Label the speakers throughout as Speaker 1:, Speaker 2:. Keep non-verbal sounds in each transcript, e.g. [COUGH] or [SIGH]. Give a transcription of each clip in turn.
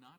Speaker 1: not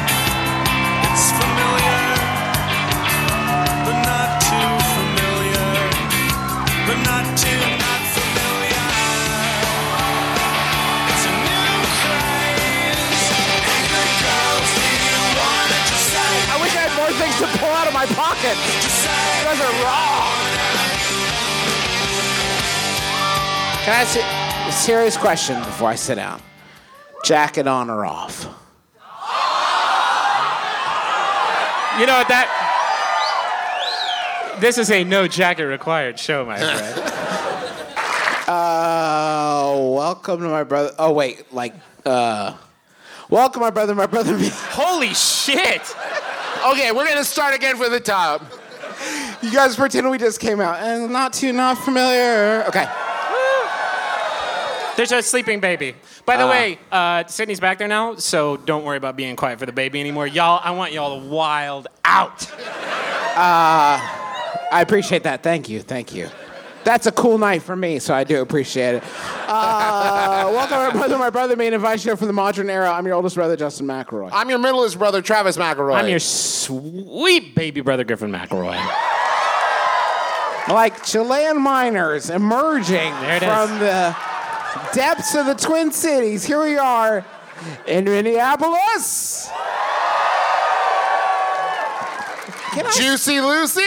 Speaker 2: It's familiar, but not too familiar, but not too not familiar. It's a new craze, angry girls, do you wanna just say,
Speaker 3: I wish I had more things to pull out of my pocket.
Speaker 2: just say?
Speaker 3: You guys are raw. Can I ask you a serious question before I sit down? Jacket on or off?
Speaker 4: You know what that? This is a no jacket required show, my friend.
Speaker 3: Uh, welcome to my brother. Oh wait, like uh, welcome my brother, my brother. [LAUGHS] Me.
Speaker 4: Holy shit!
Speaker 5: Okay, we're gonna start again from the top.
Speaker 3: You guys pretend we just came out and not too not familiar. Okay,
Speaker 4: There's a sleeping baby. By the way, uh, Sydney's back there now, so don't worry about being quiet for the baby anymore. Y'all, I want y'all wild out.
Speaker 3: I appreciate that. Thank you, thank you. That's a cool night for me, so I do appreciate it. Uh, [LAUGHS] welcome my brother, my brother, main advice show from the modern era. I'm your oldest brother, Justin McElroy.
Speaker 5: I'm your middleest brother, Travis McElroy.
Speaker 4: I'm your sweet baby brother, Griffin McElroy.
Speaker 3: like Chilean miners emerging
Speaker 4: There it
Speaker 3: from
Speaker 4: is.
Speaker 3: the depths of the Twin Cities. Here we are in Minneapolis. Can I?
Speaker 5: Juicy Lucy?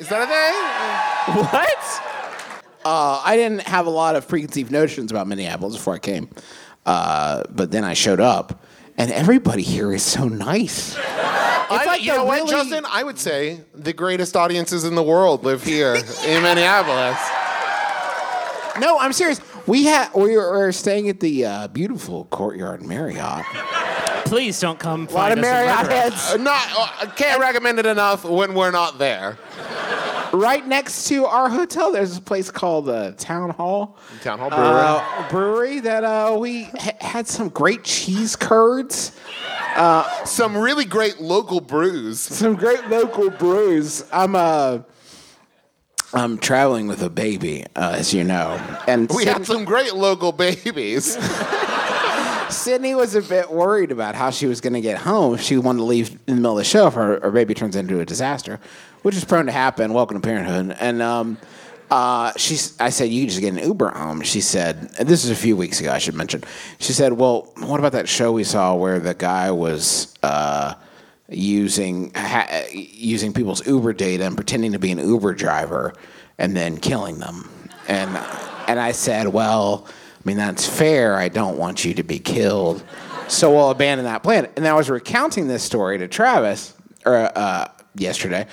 Speaker 5: Is that a thing?
Speaker 3: What? Uh, I didn't have a lot of preconceived notions about Minneapolis before I came, uh, but then I showed up, and everybody here is so nice. It's
Speaker 5: I- you
Speaker 3: a
Speaker 5: know what,
Speaker 3: really-
Speaker 5: Justin? I would say the greatest audiences in the world live here in [LAUGHS] Minneapolis.
Speaker 3: No, I'm serious. We had we were staying at the uh, beautiful Courtyard Marriott.
Speaker 4: Please don't come.
Speaker 3: A lot of
Speaker 4: find us and murder
Speaker 3: Marriott
Speaker 4: us.
Speaker 3: heads.
Speaker 5: Uh, Not, uh, can't recommend it enough when we're not there.
Speaker 3: right next to our hotel, there's a place called the Town Hall
Speaker 5: Town Hall Brewery.
Speaker 3: uh, Brewery that uh, we ha- had some great cheese curds,
Speaker 5: Some really great local brews.
Speaker 3: some great local brews. I'm uh, I'm traveling with a baby, uh, as you know, and
Speaker 5: We
Speaker 3: Sydney,
Speaker 5: had some great local [LAUGHS] babies.
Speaker 3: Sydney was a bit worried about how she was going to get home. She wanted to leave in the middle of the show if her, her baby turns into a disaster, which is prone to happen. Welcome to parenthood, and. Um, uh, she, I said, you can just get an Uber home. She said, and this is a few weeks ago, I should mention. She said, well, what about that show we saw where the guy was uh, using ha- using people's Uber data and pretending to be an Uber driver and then killing them? And and I said, well, I mean that's fair. I don't want you to be killed, so we'll abandon that plan. And I was recounting this story to Travis or uh, yesterday.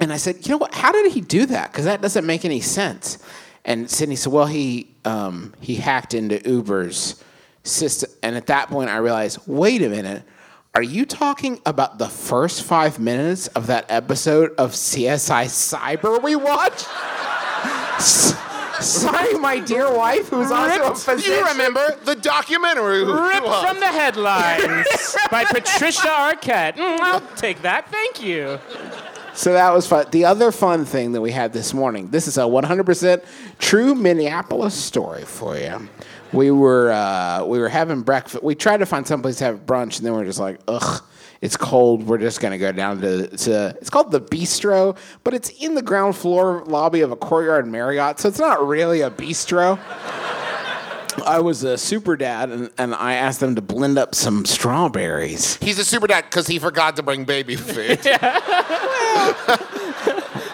Speaker 3: And I said, you know what? How did he do that? Because that doesn't make any sense. And Sydney said, well, he um, he hacked into Uber's system. And at that point, I realized, wait a minute. Are you talking about the first five minutes of that episode of CSI Cyber we watched? [LAUGHS] S- Sorry, my dear wife, who's also a physician.
Speaker 5: [LAUGHS] You remember the documentary? we
Speaker 4: Ripped
Speaker 5: watched.
Speaker 4: from the headlines by Patricia Arquette. Mm, I'll take that. Thank you.
Speaker 3: So that was fun. The other fun thing that we had this morning. This is a 100% true Minneapolis story for you. We were uh, we were having breakfast. We tried to find someplace to have brunch, and then we are just like, ugh, it's cold. We're just gonna go down to, to it's called the Bistro, but it's in the ground floor lobby of a Courtyard Marriott, so it's not really a bistro. I was a super dad, and, and I asked them to blend up some strawberries.
Speaker 5: He's a super dad because he forgot to bring [LAUGHS] baby food.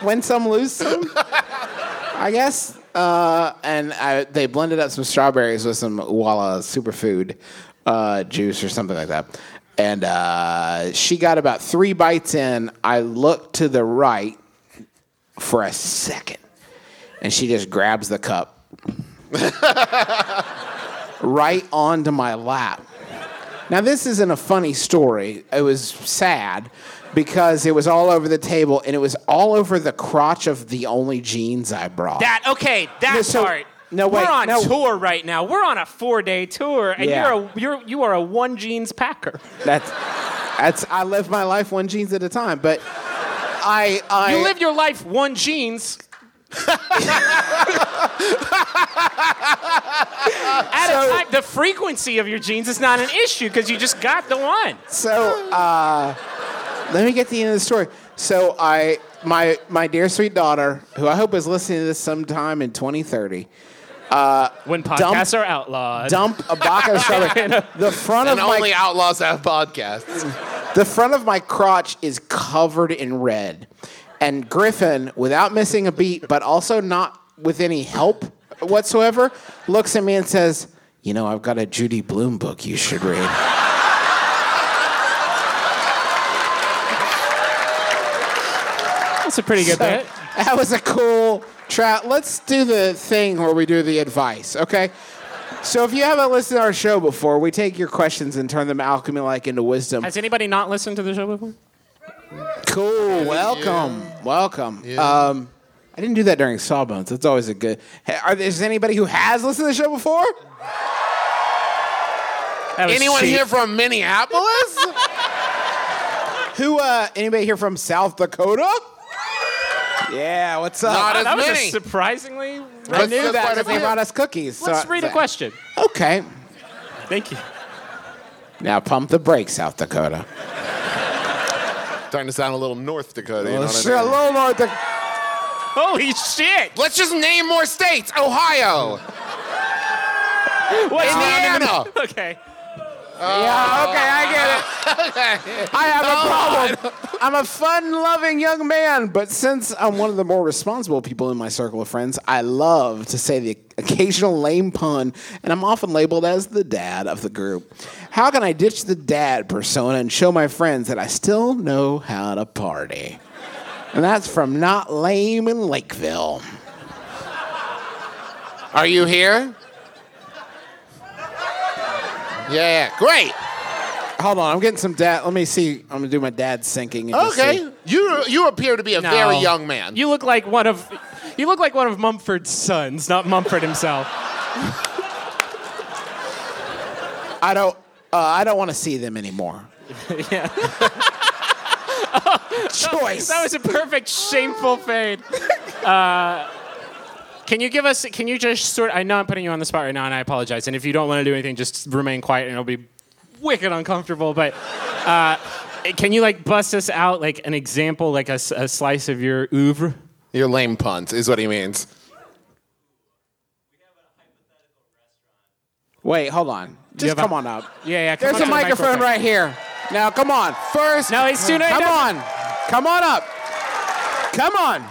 Speaker 3: win some, lose some. I guess. Uh, and I, they blended up some strawberries with some Walla superfood uh, juice or something like that. And uh, she got about three bites in. I looked to the right for a second and she just grabs the cup [LAUGHS] right onto my lap. Now, this isn't a funny story. It was sad because it was all over the table and it was all over the crotch of the only jeans I brought.
Speaker 4: That okay? That
Speaker 3: No, so-
Speaker 4: part.
Speaker 3: no, wait,
Speaker 4: We're on
Speaker 3: no.
Speaker 4: tour right now. We're on a four-day tour, and
Speaker 3: Yeah.
Speaker 4: you're a you're you are a one jeans packer.
Speaker 3: That's, that's I live my life one jeans at a time, but I I
Speaker 4: You live your life
Speaker 3: [LAUGHS]
Speaker 4: one jeans. At a time, the frequency of your jeans is not an issue because you just got the one.
Speaker 3: so uh, let me get to the end of the story. So I my my dear sweet daughter, who I hope is listening to this sometime in 2030,
Speaker 4: When podcasts are outlawed,
Speaker 3: dump a box of
Speaker 5: [LAUGHS]
Speaker 3: strawberry. The front of
Speaker 5: And
Speaker 3: my
Speaker 5: only outlaws have podcasts.
Speaker 3: The front of my crotch is covered in red. And Griffin, without missing a beat, but also not with any help whatsoever, looks at me and says, You know, I've got a Judy Bloom book you should read.
Speaker 4: that's a pretty good
Speaker 3: So,
Speaker 4: bit.
Speaker 3: that was a cool trap. Let's do the thing where we do the advice, okay? So if you haven't listened to our show before, we take your questions and turn them alchemy like into wisdom.
Speaker 4: Has anybody not listened to the show before?
Speaker 3: Cool. Welcome. Welcome. Um, I didn't do that during Sawbones. That's always a good. Hey, are, is there anybody who has listened to the show before?
Speaker 4: That was
Speaker 5: Anyone
Speaker 4: cheap.
Speaker 5: here from Minneapolis?
Speaker 4: [LAUGHS]
Speaker 3: Who? Uh, anybody here from South Dakota? Yeah. What's up?
Speaker 5: Not as
Speaker 4: That was a
Speaker 5: many.
Speaker 4: surprisingly.
Speaker 3: I knew that
Speaker 5: That's quite a
Speaker 3: because they
Speaker 5: few.
Speaker 3: brought us cookies. so
Speaker 4: Let's
Speaker 3: I-
Speaker 4: read a question.
Speaker 3: Okay.
Speaker 4: Thank you.
Speaker 3: Now pump the brakes, South Dakota.
Speaker 5: Starting to sound a little North Dakota. You know
Speaker 3: Let's
Speaker 5: what
Speaker 3: do a
Speaker 5: I mean?
Speaker 3: little North Dak-
Speaker 4: Holy shit!
Speaker 5: Let's just name more states. Ohio,
Speaker 4: What's
Speaker 5: Indiana.
Speaker 4: [LAUGHS] Okay.
Speaker 3: Yeah. Okay, I get it.
Speaker 5: [LAUGHS]
Speaker 3: I have a problem. I'm a fun-loving young man, but since I'm one of the more responsible people in my circle of friends, I love to say the occasional lame pun, and I'm often labeled as the dad of the group. How can I ditch the dad persona and show my friends that I still know how to party? And that's from Not Lame in Lakeville.
Speaker 5: Are you here? Yeah, yeah. Great.
Speaker 3: Hold on, I'm getting some dad. Let me see. I'm gonna do my dad sinking. and just see.
Speaker 5: Okay. You you appear to be a
Speaker 4: No.
Speaker 5: very young man.
Speaker 4: You look like one of you look like one of Mumford's sons, not Mumford himself.
Speaker 3: I don't. Uh, I don't want to see them
Speaker 4: [LAUGHS]
Speaker 3: anymore. yeah. [LAUGHS] Choice.
Speaker 4: That was a perfect shameful fade. Uh, can you give us? Can you just sort? I know I'm putting you on the spot right now, and I apologize. And if you don't want to do anything, just remain quiet, and it'll be wicked uncomfortable. But uh, can you like bust us out like an example, like a, s- a slice of your oeuvre?
Speaker 5: Your lame puns is what he means.
Speaker 3: Wait, hold on. Just
Speaker 4: have a-
Speaker 3: come on up.
Speaker 4: Yeah, yeah. come
Speaker 3: There's
Speaker 4: up
Speaker 3: a
Speaker 4: to the
Speaker 3: microphone right here. Now, come on. First.
Speaker 4: No, it's too late.
Speaker 3: Come
Speaker 4: No.
Speaker 3: on. Come on up. Come on.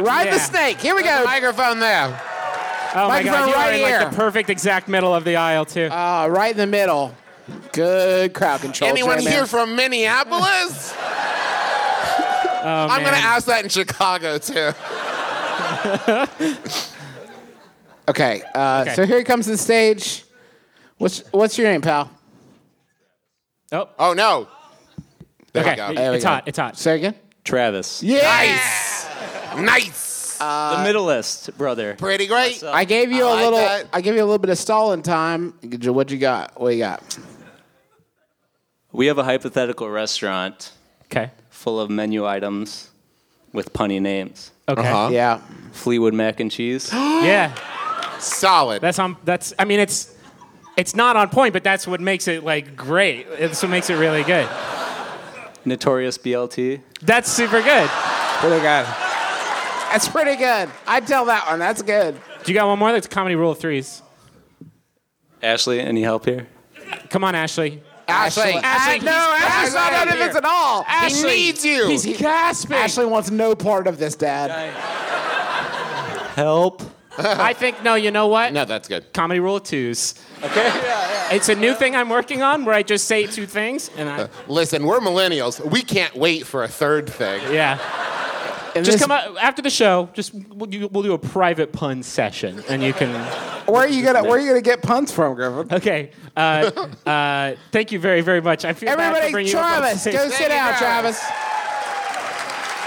Speaker 3: Ride
Speaker 4: Yeah.
Speaker 3: the snake. Here we
Speaker 5: The
Speaker 3: go.
Speaker 5: microphone there.
Speaker 4: Oh my
Speaker 3: microphone
Speaker 4: god, you
Speaker 3: right
Speaker 4: are in like
Speaker 3: here.
Speaker 4: the perfect exact middle of the aisle too.
Speaker 3: Uh, right in the middle. Good crowd control.
Speaker 5: Anyone
Speaker 3: J-Man.
Speaker 5: here from Minneapolis? I'm gonna
Speaker 4: Oh, man.
Speaker 5: ask that in Chicago too.
Speaker 3: Okay. Uh,
Speaker 4: Okay.
Speaker 3: So here he comes to the stage. What's What's your name, pal?
Speaker 4: oh,
Speaker 5: Oh no. There
Speaker 4: okay.
Speaker 5: we go.
Speaker 3: There we
Speaker 4: It's
Speaker 3: go.
Speaker 4: hot. It's hot.
Speaker 3: Say again.
Speaker 6: Travis.
Speaker 3: Yeah.
Speaker 5: Nice. Nice.
Speaker 6: the middleist brother.
Speaker 5: Pretty great.
Speaker 6: What's up?
Speaker 3: I gave you
Speaker 5: I
Speaker 3: a
Speaker 5: like
Speaker 3: little.
Speaker 5: that.
Speaker 3: I gave you a little bit of stalling time. What you got? What you got?
Speaker 6: We have a hypothetical restaurant
Speaker 4: Okay.
Speaker 6: full of menu items with punny names.
Speaker 4: Okay.
Speaker 5: Uh-huh.
Speaker 3: Yeah.
Speaker 6: Fleetwood mac and cheese.
Speaker 4: Yeah.
Speaker 5: Solid.
Speaker 4: That's on. That's. I mean, it's. It's not on point, but that's what makes it like great. It's what makes it really good.
Speaker 6: Notorious BLT.
Speaker 4: That's super good.
Speaker 3: Pretty good. That's pretty good. I tell that one. That's good.
Speaker 4: Do you got one more? That's comedy rule of threes.
Speaker 6: Ashley, any help here?
Speaker 4: Come on, Ashley.
Speaker 5: Ashley.
Speaker 4: Ashley,
Speaker 3: no,
Speaker 4: he's-
Speaker 3: Ashley's not
Speaker 4: Ashley.
Speaker 3: out of this at all.
Speaker 5: He needs you.
Speaker 4: He's gasping.
Speaker 3: Ashley wants no part of this, Dad.
Speaker 6: Help.
Speaker 4: I think no. You know what?
Speaker 5: no, that's good.
Speaker 4: Comedy rule of twos.
Speaker 6: Okay.
Speaker 4: [LAUGHS] It's a new thing I'm working on where I just say two things and I.
Speaker 5: Listen, we're millennials. We can't wait for a third thing.
Speaker 4: Yeah.
Speaker 3: And
Speaker 4: Just
Speaker 3: this-
Speaker 4: come out after the show. Just we'll, do- we'll do a private pun session, and you can.
Speaker 3: Where are you gonna Where are you gonna get puns from, Griffin?
Speaker 4: Okay.
Speaker 3: [LAUGHS]
Speaker 4: Uh, uh, thank you very, very much. I feel bad for
Speaker 3: Everybody,
Speaker 4: bringing you up on
Speaker 3: Travis,
Speaker 4: stage.
Speaker 3: go sit down, Travis.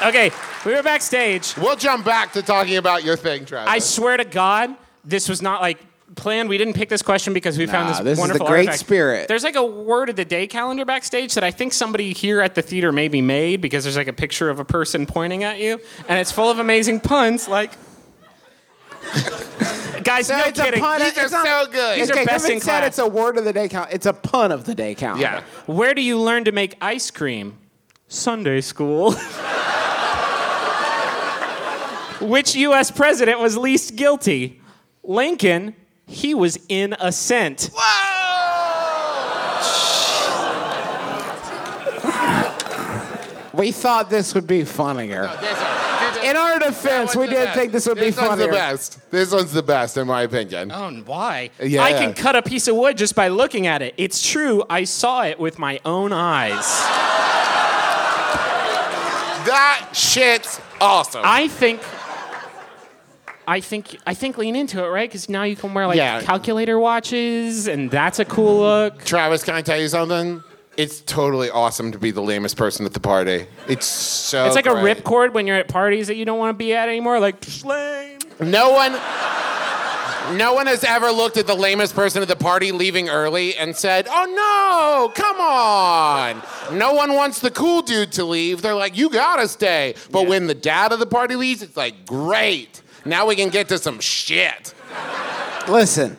Speaker 4: Okay, we were backstage.
Speaker 5: We'll jump back to talking about your thing, Travis.
Speaker 4: I swear to God, this was not like planned. We didn't pick this question because we found
Speaker 3: Nah,
Speaker 4: this,
Speaker 3: this is the
Speaker 4: wonderful
Speaker 3: great
Speaker 4: artifact.
Speaker 3: spirit.
Speaker 4: There's like a word of the day calendar backstage that I think somebody here at the theater maybe made because there's like a picture of a person pointing at you, and it's full of amazing puns.
Speaker 3: [LAUGHS]
Speaker 4: Like, guys, no
Speaker 3: it's
Speaker 4: kidding.
Speaker 3: a pun.
Speaker 5: These
Speaker 3: it's
Speaker 5: are
Speaker 3: not-
Speaker 5: so good.
Speaker 4: These are
Speaker 3: okay,
Speaker 4: best
Speaker 3: Griffin
Speaker 4: in
Speaker 3: said
Speaker 4: class.
Speaker 3: it's a word of the day count. It's a pun of the day count.
Speaker 5: yeah.
Speaker 4: Where do you learn to make ice cream? Sunday school. Which U.S. president was least guilty? Lincoln. He was in a cent.
Speaker 3: We thought this would be funnier. In our defense, we did think this would be
Speaker 5: This one's the
Speaker 3: funnier.
Speaker 5: best. This one's the best, in my opinion.
Speaker 4: Oh, and why?
Speaker 5: Yeah.
Speaker 4: I can cut a piece of wood just by looking at it. It's true. I saw it with my own eyes.
Speaker 5: That shit's awesome.
Speaker 4: I think. I think I think lean into it, right? Because now you can wear like
Speaker 5: Yeah.
Speaker 4: calculator watches, and that's a cool look.
Speaker 5: Travis, can I tell you something? It's totally awesome to be the lamest person at the party. It's so.
Speaker 4: It's like a
Speaker 5: great.
Speaker 4: ripcord when you're at parties that you don't want to be at anymore. Like, "Psh, lame.
Speaker 5: No one. No one has ever looked at the lamest person at the party leaving early and said, "Oh no, come on." No one wants the cool dude to leave. They're like, "You got to stay." But when the dad of the party leaves, it's like, "Great. Now we can get to some shit."
Speaker 3: Listen,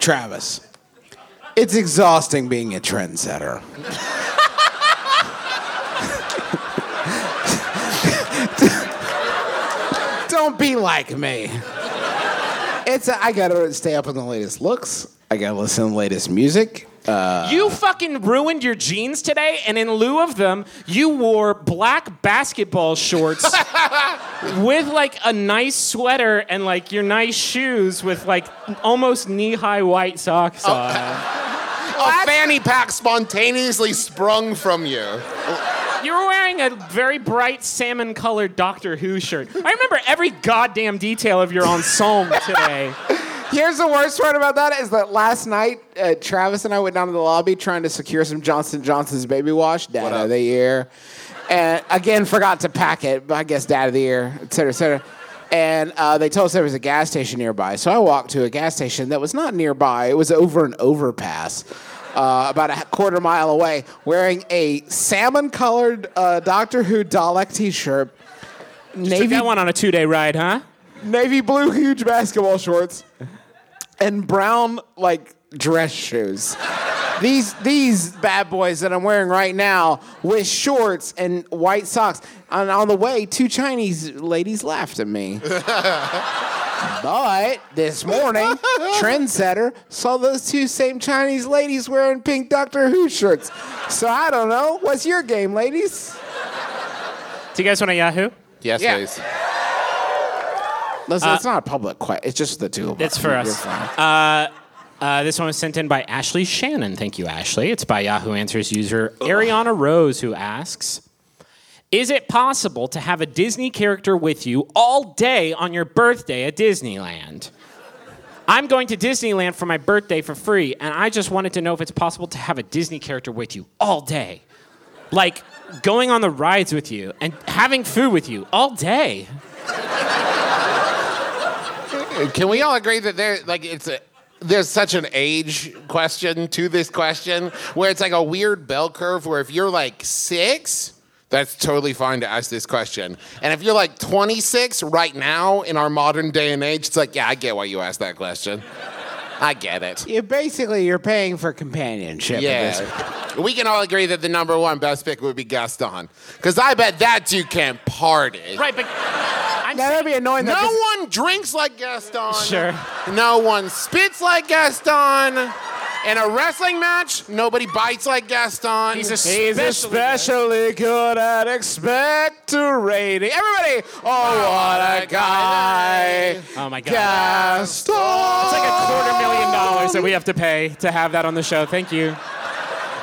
Speaker 3: Travis, it's exhausting being a trendsetter. Don't be like me. It's a, I gotta stay up on the latest looks. I gotta listen to the latest music.
Speaker 4: you fucking ruined your jeans today, and in lieu of them, you wore black basketball [LAUGHS] shorts with like a nice sweater and like your nice shoes with like almost knee high white socks on.
Speaker 5: A fanny pack spontaneously sprung from you.
Speaker 4: You were wearing a very bright salmon colored Doctor Who shirt. I remember every goddamn detail of your ensemble [LAUGHS] today.
Speaker 3: Here's the worst part about that is that last night uh, Travis and I went down to the lobby trying to secure some Johnson Johnson's baby wash, dad
Speaker 5: up?
Speaker 3: of the year, and again forgot to pack it. But I guess dad of the year, et cetera, et cetera. And uh, they told us there was a gas station nearby, so I walked to a gas station that was not nearby. It was over an overpass. Uh, about a quarter mile away, wearing a salmon colored uh, Doctor Who Dalek t shirt,
Speaker 4: Took
Speaker 3: navy
Speaker 4: that one on a two day ride, huh?
Speaker 3: navy blue huge basketball shorts and brown like dress shoes. These these bad boys that I'm wearing right now with shorts and white socks. And on the way, two Chinese ladies laughed at me. but this morning, Trendsetter saw those two same Chinese ladies wearing pink Doctor Who shirts. So I don't know. What's your game, ladies?
Speaker 4: Do you guys want a Yahoo?
Speaker 5: Yes,
Speaker 3: Yeah.
Speaker 5: please.
Speaker 3: Listen, it's not a public question. It's just the two of us.
Speaker 4: Uh, It's for
Speaker 3: You're
Speaker 4: us.
Speaker 3: fine.
Speaker 4: Uh, uh, this one was sent in by Ashley Shannon. Thank you, Ashley. It's by Yahoo Answers user Ariana Rose, who asks Is it possible to have a Disney character with you all day on your birthday at Disneyland? I'm going to Disneyland for my birthday for free, and I just wanted to know if it's possible to have a Disney character with you all day. Like going on the rides with you and having food with you all day.
Speaker 5: Can we all agree that there, like, it's a, there's such an age question to this question where it's like a weird bell curve where if you're like six, that's totally fine to ask this question. And if you're like 26 right now in our modern day and age, it's like, yeah, I get why you asked that question. I get it.
Speaker 3: You basically you're paying for companionship. at this-
Speaker 5: Yeah. We can all agree that the number one best pick would be Gaston. Because I bet that dude can party.
Speaker 4: Right, but I'm
Speaker 3: Now, that'd be annoying. though, 'cause-
Speaker 5: No one drinks like Gaston.
Speaker 4: Sure.
Speaker 5: No one spits like Gaston. In a wrestling match, nobody bites like Gaston.
Speaker 4: He's a
Speaker 3: He's
Speaker 4: special.
Speaker 3: especially good at expectorating. Everybody, oh what a guy!
Speaker 4: Oh my god.
Speaker 3: Gaston.
Speaker 4: It's like a quarter million dollars that we have to pay to have that on the show. Thank you.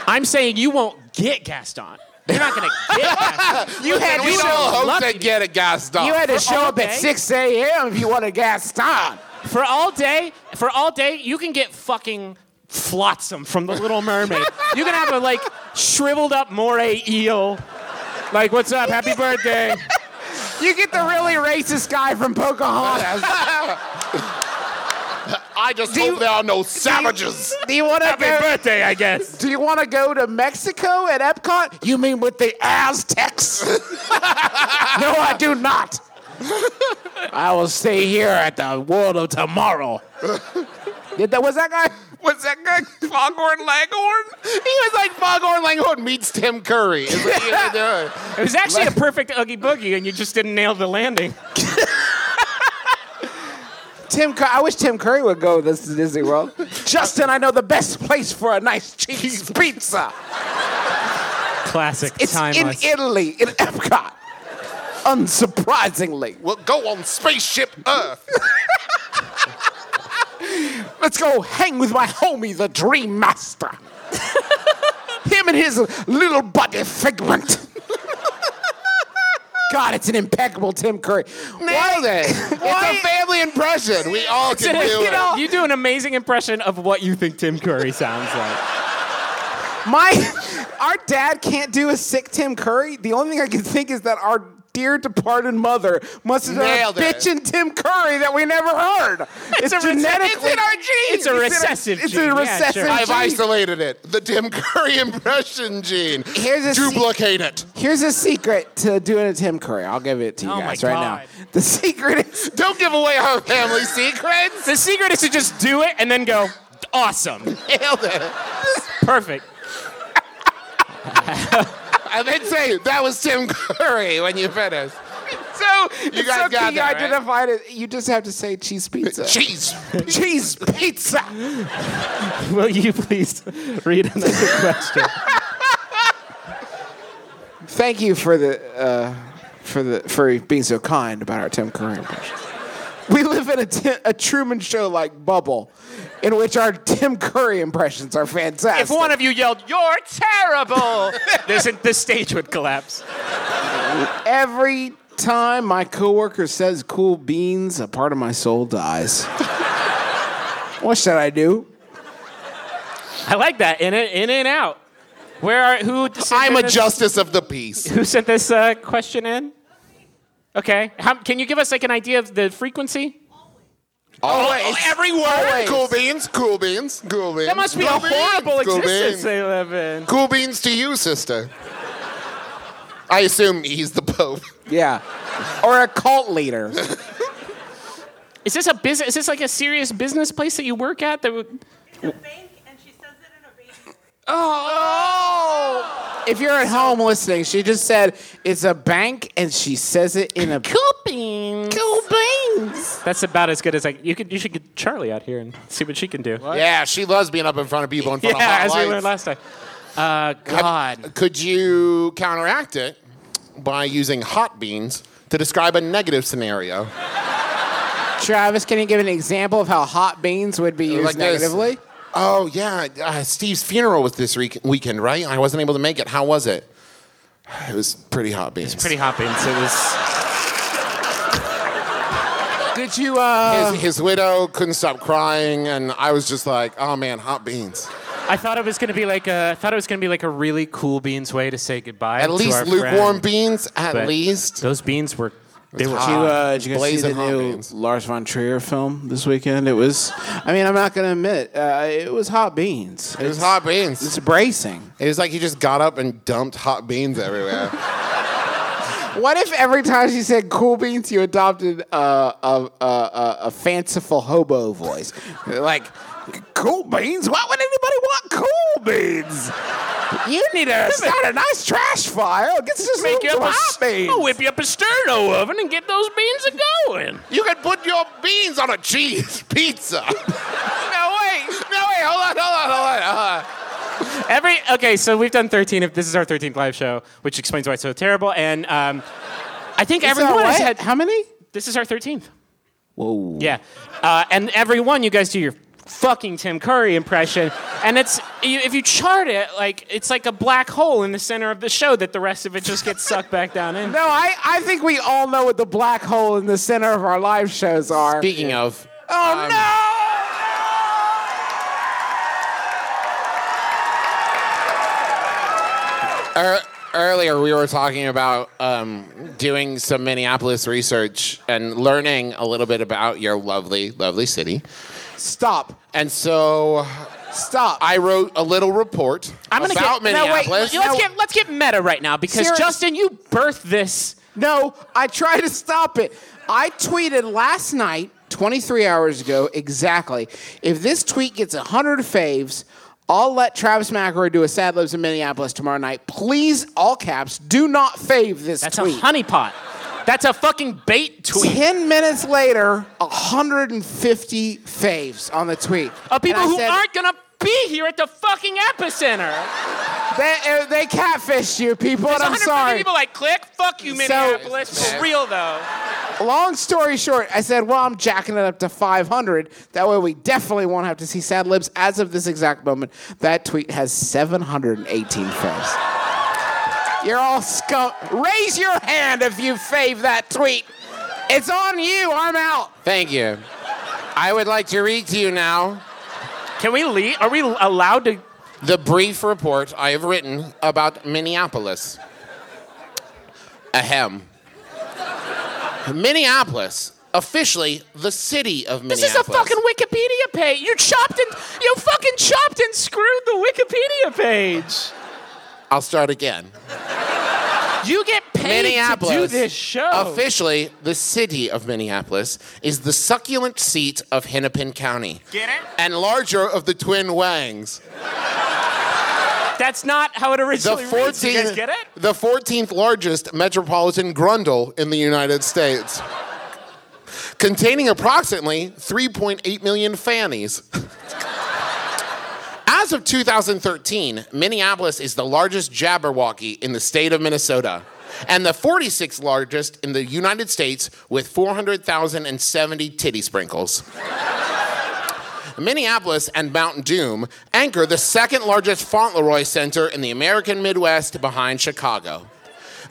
Speaker 4: I'm saying you won't get Gaston. You're not gonna
Speaker 3: [LAUGHS]
Speaker 4: get Gaston.
Speaker 3: You had
Speaker 5: we
Speaker 3: to
Speaker 5: all
Speaker 3: show,
Speaker 5: hope
Speaker 4: lucky
Speaker 5: to
Speaker 4: to-
Speaker 5: get a Gaston.
Speaker 3: you had to show
Speaker 4: Oh. all
Speaker 3: up at
Speaker 4: day?
Speaker 3: 6 a.m. if you wanted Gaston.
Speaker 4: for all day. For all day, you can get fucking flotsam from the
Speaker 3: [LAUGHS]
Speaker 4: Little Mermaid. you can have a like shriveled up moray eel. Like, what's up? Happy birthday.
Speaker 3: You get the really racist guy from
Speaker 4: [LAUGHS]
Speaker 3: Pocahontas.
Speaker 5: I just
Speaker 3: Do
Speaker 5: hope
Speaker 3: you-
Speaker 5: there are no savages.
Speaker 3: Do you want to
Speaker 4: Happy
Speaker 3: go?
Speaker 4: birthday, I
Speaker 3: [LAUGHS]
Speaker 4: guess.
Speaker 3: Do you want to go to Mexico at Epcot? You mean with the Aztecs? [LAUGHS] no, I do not. I will stay here at the World of Tomorrow. [LAUGHS] Did that was that guy?
Speaker 5: Was that guy Foghorn Leghorn? He was like Foghorn Leghorn meets Tim Curry. It's like, yeah, they're-
Speaker 4: It was actually a perfect Oogie Boogie, and you just didn't nail the landing.
Speaker 3: Tim. Cur- I wish Tim Curry would go with us to Disney World. Justin, I know the best place for a nice [LAUGHS] cheese pizza.
Speaker 4: Classic.
Speaker 3: It's [LAUGHS] in Italy, in Epcot. Unsurprisingly,
Speaker 5: we'll go on spaceship Earth.
Speaker 3: let's go hang with my homie, the Dream [LAUGHS] Master. Him and his little buddy Figment. God, it's an impeccable Tim Curry.
Speaker 5: Nailed
Speaker 3: Why-
Speaker 5: it.
Speaker 3: Why-
Speaker 5: It's a family impression. We all can do
Speaker 4: you,
Speaker 5: it.
Speaker 4: know, you do an amazing impression of what you think Tim Curry sounds like.
Speaker 3: My, our dad can't do a sick Tim Curry. The only thing I can think is that our dear departed mother must have done a
Speaker 5: Nailed it.
Speaker 3: bitchin' Tim Curry that we never heard. It's,
Speaker 4: a recess-
Speaker 3: genetically.
Speaker 4: it's in our
Speaker 5: genes.
Speaker 4: It's a
Speaker 3: in
Speaker 4: recessive
Speaker 3: It's
Speaker 4: gene.
Speaker 3: a
Speaker 4: Yeah,
Speaker 3: recessive.
Speaker 4: sure.
Speaker 5: I've
Speaker 3: gene.
Speaker 5: isolated it. The Tim Curry impression gene.
Speaker 3: Here's a se-
Speaker 5: Duplicate it.
Speaker 3: Here's a secret to doing a Tim Curry. I'll give it to you
Speaker 4: Oh my
Speaker 3: guys right
Speaker 4: God.
Speaker 3: now. The secret is [LAUGHS]
Speaker 5: Don't give away our family secrets. [LAUGHS]
Speaker 4: The secret is to just do it and then go, awesome,
Speaker 5: Nailed it.
Speaker 4: perfect.
Speaker 5: And then say, that was Tim Curry when you finish.
Speaker 3: so something you
Speaker 5: You guys got that, right?
Speaker 3: identified it. You just have to say cheese pizza.
Speaker 5: [LAUGHS] Cheese.
Speaker 3: cheese pizza.
Speaker 4: [LAUGHS] Will you please read another question?
Speaker 3: Thank you for the uh, for the for being so kind about our Tim Curry impression. We live in a, Tim, a Truman Show like bubble, in which our Tim Curry impressions are fantastic.
Speaker 4: If one of you yelled, "You're [LAUGHS] terrible," this, the stage would collapse.
Speaker 3: Every time my coworker says cool beans, a part of my soul dies. [LAUGHS] what should I do?
Speaker 4: I like that. In and in and out. Where are who? sent
Speaker 5: I'm
Speaker 4: in
Speaker 5: a
Speaker 4: this-
Speaker 5: justice of the peace.
Speaker 4: Who sent this uh, question in? Okay. How, can you give us like an idea of the frequency?
Speaker 5: Always.
Speaker 4: Oh, every word.
Speaker 5: Cool beans, cool beans, cool beans.
Speaker 4: That must be a
Speaker 5: cool beans,
Speaker 4: horrible
Speaker 5: cool
Speaker 4: existence
Speaker 5: beans.
Speaker 4: they live in.
Speaker 5: Cool beans to you, sister. I assume he's the Pope.
Speaker 3: Yeah. Or a cult leader.
Speaker 4: Is this a business? Is this like a serious business place that you work at? That would-
Speaker 7: It's a bank, and she says it in a baby voice.
Speaker 3: Oh! If you're at home listening, she just said it's a bank and she says it in a. Cool beans. Cool beans.
Speaker 4: that's about as good as like you could. You should get Charlie out here and see what she can do.
Speaker 5: Yeah, she loves being up in front of people in front of
Speaker 4: Yeah,
Speaker 5: hot
Speaker 4: as we
Speaker 5: lights.
Speaker 4: learned last time. Uh, God.
Speaker 5: Could you counteract it by using hot beans to describe a negative scenario?
Speaker 3: Travis, can you give an example of how hot beans would be used
Speaker 5: Like this.
Speaker 3: negatively?
Speaker 5: Oh yeah, uh, Steve's funeral was this re- weekend, right? I wasn't able to make it. How was it? It was pretty hot beans.
Speaker 4: Pretty hot beans. It was.
Speaker 3: Did you, uh.
Speaker 5: his, his widow couldn't stop crying, and I was just like, "Oh man, hot beans."
Speaker 4: I thought it was gonna be like a. I thought it was gonna be like a really cool beans way to say goodbye.
Speaker 5: At
Speaker 4: to our
Speaker 5: least
Speaker 4: friend.
Speaker 5: lukewarm beans. At
Speaker 4: But
Speaker 5: least
Speaker 4: those beans were. They were
Speaker 5: hot.
Speaker 3: Did you,
Speaker 4: hot.
Speaker 3: uh, did you guys see
Speaker 5: Blazing
Speaker 3: the
Speaker 5: hot
Speaker 3: new
Speaker 5: beans.
Speaker 3: Lars von Trier film this weekend? It was, I mean, I'm not going to admit, uh, it was hot beans.
Speaker 5: it was hot beans.
Speaker 3: It's bracing.
Speaker 5: It was like he just got up and dumped hot beans everywhere.
Speaker 3: What if every time she said cool beans, you adopted a, a, a, a, a fanciful hobo voice? like, cool beans? Why would anybody want cool beans? You need to start a nice trash fire. Get some
Speaker 4: Make you up Oh, a
Speaker 3: hot
Speaker 4: s-
Speaker 3: beans.
Speaker 4: I'll whip you up a sterno oven and get those beans a going.
Speaker 5: you can put your beans on a cheese [LAUGHS] pizza. no way. No way. Hold on. Hold on. Hold on. Hold on.
Speaker 4: Every okay, so we've done 13. If this is our 13th live show, which explains why it's so terrible, and um, I think
Speaker 3: It's
Speaker 4: everyone
Speaker 3: all
Speaker 4: has
Speaker 3: right.
Speaker 4: had.
Speaker 3: How many?
Speaker 4: This is our 13th.
Speaker 3: Whoa.
Speaker 4: Yeah, uh, and every one you guys do your fucking Tim Curry impression. And it's you- if you chart it, like it's like a black hole in the center of the show that the rest of it just gets sucked back down in.
Speaker 3: No, I, I think we all know what the black hole in the center of our live shows are.
Speaker 5: Speaking of,
Speaker 3: oh,
Speaker 5: um,
Speaker 3: no!
Speaker 5: er, earlier we were talking about um, doing some Minneapolis research and learning a little bit about your lovely, lovely city.
Speaker 3: Stop.
Speaker 5: And so
Speaker 3: Stop.
Speaker 5: I wrote a little report
Speaker 4: I'm gonna
Speaker 5: about
Speaker 4: get,
Speaker 5: Minneapolis.
Speaker 4: No, wait, let's get let's get meta right now because
Speaker 3: Serious-
Speaker 4: Justin, you birthed this.
Speaker 3: No, I tried to stop it. I tweeted last night, 23 hours ago exactly. If this tweet gets 100 faves, I'll let Travis McElroy do a Sad Lives in Minneapolis tomorrow night. Please, all caps, do not fave this
Speaker 4: That's
Speaker 3: tweet.
Speaker 4: a honeypot. That's a fucking bait tweet.
Speaker 3: 10 minutes later, 150 faves on the tweet.
Speaker 4: of people
Speaker 3: And I
Speaker 4: who
Speaker 3: said,
Speaker 4: aren't gonna be here at the fucking epicenter.
Speaker 3: They, uh, they catfished you, people, and I'm
Speaker 4: 150
Speaker 3: sorry.
Speaker 4: people like click. Fuck you,
Speaker 3: So-
Speaker 4: Minneapolis. for real though.
Speaker 3: Long story short, I said, well, I'm jacking it up to 500. That way, we definitely won't have to see sad libs. As of this exact moment, that tweet has 718 faves. You're all scum. Raise your hand if you fave that tweet. It's on you. I'm out.
Speaker 5: Thank you. I would like to read to you now
Speaker 4: Can we leave? Are we allowed to?
Speaker 5: the brief report I have written about Minneapolis. Ahem. Minneapolis, officially the city of
Speaker 4: This is
Speaker 5: Minneapolis.
Speaker 4: a fucking Wikipedia page. You chopped and you fucking chopped and screwed the Wikipedia page.
Speaker 5: I'll start again.
Speaker 4: You get paid
Speaker 5: Minneapolis,
Speaker 4: to do this show.
Speaker 5: officially the city of Minneapolis, is the succulent seat of Hennepin County. Get it? And larger of the Twin Wangs.
Speaker 4: That's not how it
Speaker 5: the
Speaker 4: originally reads. You
Speaker 5: 14th,
Speaker 4: guys get it?
Speaker 5: the 14th largest metropolitan grundle in the United States, containing approximately 3.8 million fannies. [LAUGHS] As of 2013, Minneapolis is the largest Jabberwocky in the state of Minnesota and the 46th largest in the United States with 400,070 titty sprinkles. Minneapolis and Mount Doom anchor the second largest Fauntleroy center in the American Midwest behind Chicago.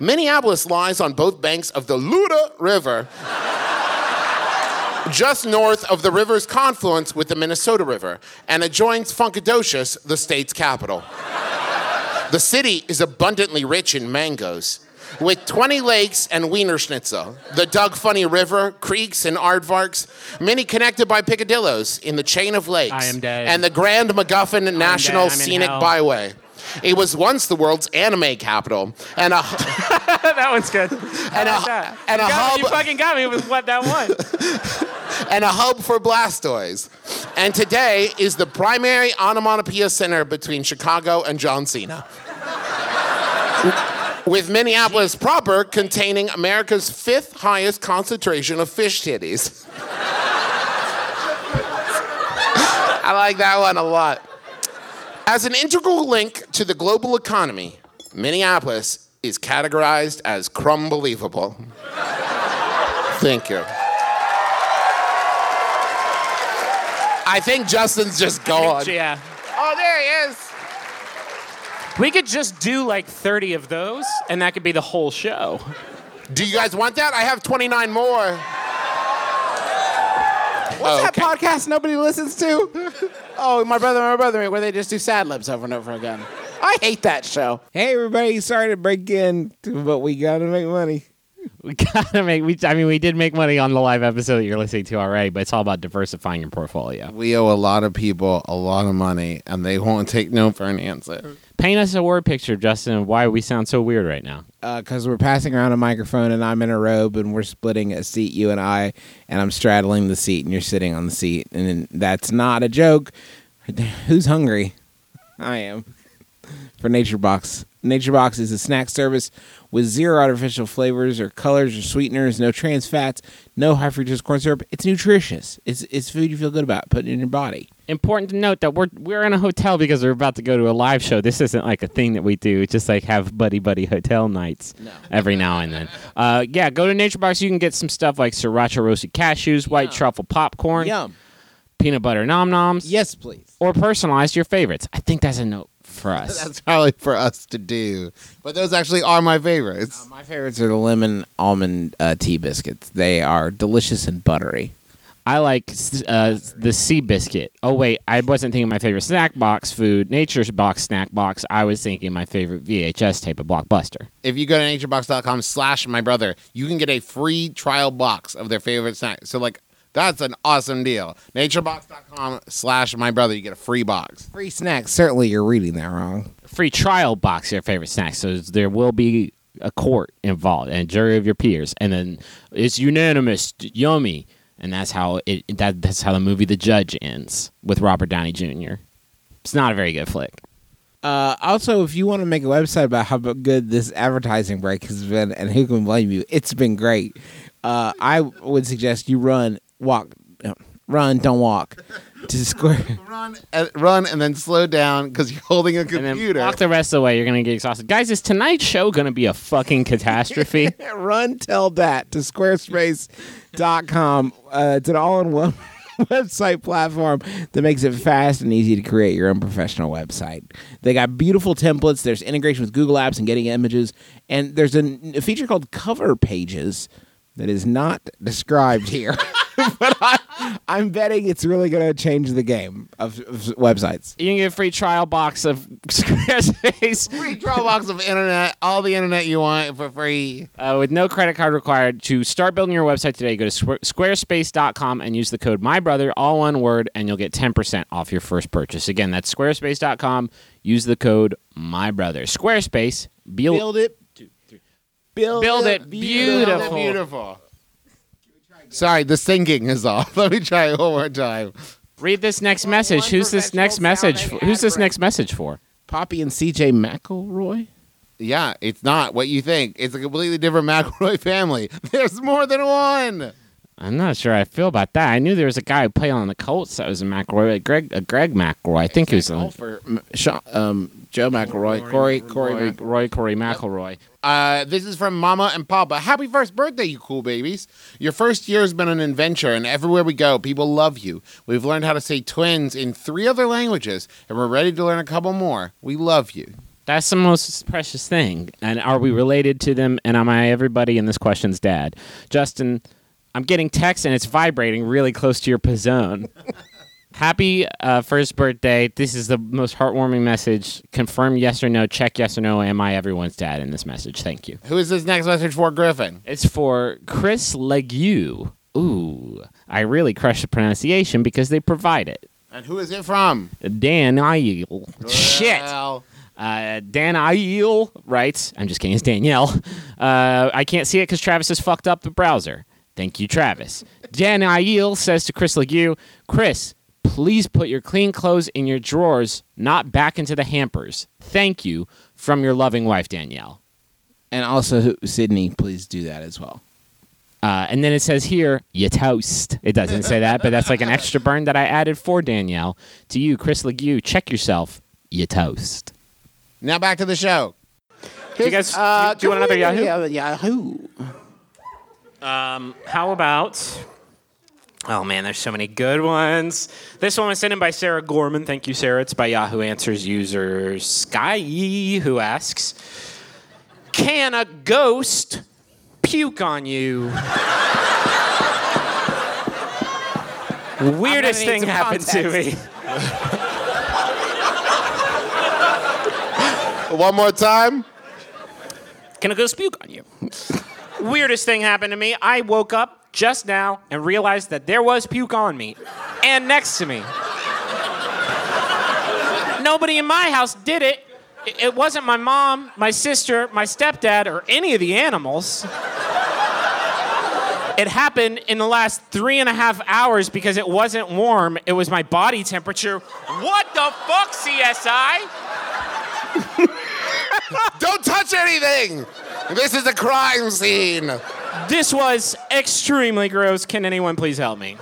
Speaker 5: Minneapolis lies on both banks of the Luda River, just north of the river's confluence with the Minnesota River, and adjoins Funkadocious, the state's capital. The city is abundantly rich in mangoes, with 20 lakes and Wiener Schnitzel, the Doug Funny River, creeks, and aardvarks, many connected by peccadillos in the chain of lakes,
Speaker 4: I am dead.
Speaker 5: and the Grand MacGuffin National
Speaker 4: I'm in
Speaker 5: Scenic
Speaker 4: hell.
Speaker 5: Byway. It was once the world's anime capital and
Speaker 4: [LAUGHS]
Speaker 5: a,
Speaker 4: that one's good.
Speaker 5: and
Speaker 4: How's
Speaker 5: a,
Speaker 4: that?
Speaker 5: and a
Speaker 4: You got me- you
Speaker 5: hub
Speaker 4: fucking got me with
Speaker 5: [LAUGHS]
Speaker 4: what that one.
Speaker 5: and a hub for Blastoise. And today is the primary onomatopoeia center between Chicago and John Cena. With Minneapolis proper containing America's fifth highest concentration of fish titties. [LAUGHS] I like that one a lot. As an integral link to the global economy, Minneapolis is categorized as crumb believable. Thank you. I think Justin's just gone.
Speaker 4: yeah.
Speaker 5: Oh, there he is.
Speaker 4: We could just do like 30 of those, and that could be the whole show.
Speaker 5: Do you guys want that? I have 29 more. What's
Speaker 3: That podcast nobody listens to. oh, my brother, my brother, where they just do sad libs over and over again. I hate that show.
Speaker 8: Hey, everybody, sorry to break in, but we got to make money.
Speaker 9: We [LAUGHS] gotta make. We, I mean, we did make money on the live episode that you're listening to already, but it's all about diversifying your portfolio.
Speaker 5: We owe a lot of people a lot of money, and they won't take no for an answer.
Speaker 9: Paint us a word picture, Justin, of why we sound so weird right now.
Speaker 8: Because uh, we're passing around a microphone and I'm in a robe and we're splitting a seat, you and I, and I'm straddling the seat and you're sitting on the seat. And then- that's not a joke. [LAUGHS] Who's hungry? I am. For Nature Box. Nature Box is a snack service with zero artificial flavors or colors or sweeteners, no trans fats, no high fructose corn syrup. It's nutritious. It's, it's food you feel good about putting in your body.
Speaker 9: Important to note that we're we're in a hotel because we're about to go to a live show. This isn't like a thing that we do. It's just like have buddy buddy hotel nights every now and then. Uh, yeah, go to Nature Box. You can get some stuff like sriracha roasted cashews, white truffle popcorn.
Speaker 8: Yum.
Speaker 4: peanut butter nom noms,
Speaker 10: Yes, please.
Speaker 4: or personalize your favorites. I think that's a note
Speaker 10: [LAUGHS]
Speaker 4: for us.
Speaker 10: That's-
Speaker 5: Probably for us to do, but those actually are my favorites.
Speaker 10: Uh, My favorites are the lemon almond uh, tea biscuits. They are delicious and buttery.
Speaker 4: I like uh, the sea biscuit. Oh wait, I wasn't thinking my favorite snack box food, Nature's Box snack box. I was thinking my favorite VHS tape of Blockbuster.
Speaker 5: If you go to naturebox.com slash my brother, you can get a free trial box of their favorite snacks. So like that's an awesome deal. Naturebox.com slash my brother, you get a free box.
Speaker 10: Free snacks. Certainly, you're reading that wrong.
Speaker 4: Free trial box of your favorite snacks. So there will be a court involved and a jury of your peers, and then it's unanimous, yummy, and that's how it. That, that's how the movie The Judge ends with Robert Downey Jr. It's not a very good flick.
Speaker 10: Uh, also, if you want to make a website about how good this advertising break has been, and who can blame you, it's been great. Uh, I would suggest you run, walk, no, run, don't walk to square.
Speaker 5: Run, uh, run, and then slow down because you're holding a
Speaker 4: And then
Speaker 5: computer.
Speaker 4: walk the rest of the way. You're gonna get exhausted, guys. Is tonight's show gonna be a
Speaker 3: [LAUGHS]
Speaker 4: fucking catastrophe?
Speaker 10: run, tell that to squarespace.com. Uh, it's an all in one [LAUGHS] website platform that makes it fast and easy to create your own professional website. They got beautiful templates, there's integration with Google Apps and getting images, and there's a, a feature called cover pages that is not described here. [LAUGHS] but I, I'm betting it's really going to change the game of, of websites.
Speaker 4: you can get a free trial box of [LAUGHS] Squarespace
Speaker 5: free trial box of internet, all the internet you want for free.
Speaker 4: uh, with no credit card required. To start building your website today, go to square- squarespace.com and use the code MyBrother, all one word, and you'll get 10% off your first purchase. Again, that's squarespace.com. Use the code MyBrother. Squarespace, build,
Speaker 10: Build it. Build,
Speaker 4: build it
Speaker 5: Isn't it
Speaker 4: beautiful.
Speaker 5: Beautiful. Sorry, the singing is off. [LAUGHS] Let me try it one more time.
Speaker 4: Read this next message. Who's this next message? For? Who's this next message for?
Speaker 10: Poppy and CJ McElroy.
Speaker 5: Yeah, it's not what you think. It's a completely different [LAUGHS] McElroy family. There's more than one.
Speaker 4: I'm not sure I feel about that. I knew there was a guy who played on the Colts that was a McElroy, a Greg, a Greg McElroy. I think he was uh, on.
Speaker 10: for M- Sha- um, Joe McElroy, Corey, Corey,
Speaker 4: Roy,
Speaker 10: Mc-
Speaker 4: Roy Corey McElroy.
Speaker 5: Uh, this is from Mama and Papa. Happy first birthday, you cool babies. Your first year has been an adventure, and everywhere we go, people love you. We've learned how to say twins in three other languages, and we're ready to learn a couple more. We love you.
Speaker 4: That's the most precious thing. And are we related to them? And am I everybody in this question's dad? Justin, I'm getting text and it's vibrating really close to your pizzone. [LAUGHS] Happy uh, first birthday. This is the most heartwarming message. Confirm yes or no. Check yes or no. Am I everyone's dad in this message? Thank you.
Speaker 5: Who is this next message for, Griffin?
Speaker 4: It's for Chris Legue. Ooh, I really crushed the pronunciation because they provide it.
Speaker 5: And who is it from?
Speaker 4: Dan Ayel. Shit.
Speaker 5: Well,
Speaker 4: Uh, Dan Ayel writes, I'm just kidding, it's Danielle. Uh, I can't see it because Travis has fucked up the browser. Thank you, Travis. Dan Ayel says to Chris Legue, Chris, please put your clean clothes in your drawers, not back into the hampers. Thank you from your loving wife, Danielle.
Speaker 10: and also Sydney. Please do that as well.
Speaker 4: Uh, and then it says here, you toast. It doesn't say that, but that's like an extra burn that I added for Danielle. To you, Chris Legue, check yourself. You toast.
Speaker 5: Now back to the show.
Speaker 3: Do you
Speaker 4: guys- do you- do you want another Yahoo?
Speaker 10: Uh,
Speaker 3: Yahoo.
Speaker 11: How about? Oh man, there's so many good ones. This one was sent in by Sarah Gorman. Thank you, Sarah. It's by Yahoo Answers user Sky, who asks, "Can a ghost puke on you?" Weirdest thing happened to me.
Speaker 5: One more time.
Speaker 11: Can I go puke on you? Weirdest thing happened to me. I woke up just now and realized that there was puke on me and next to me. Nobody in my house did it. It- It wasn't my mom, my sister, my stepdad, or any of the animals. It happened in the last three and a half hours because it wasn't warm. It was my body temperature. What the fuck, CSI?
Speaker 5: Don't touch anything. This is a crime scene.
Speaker 11: This was extremely gross. Can anyone please help me?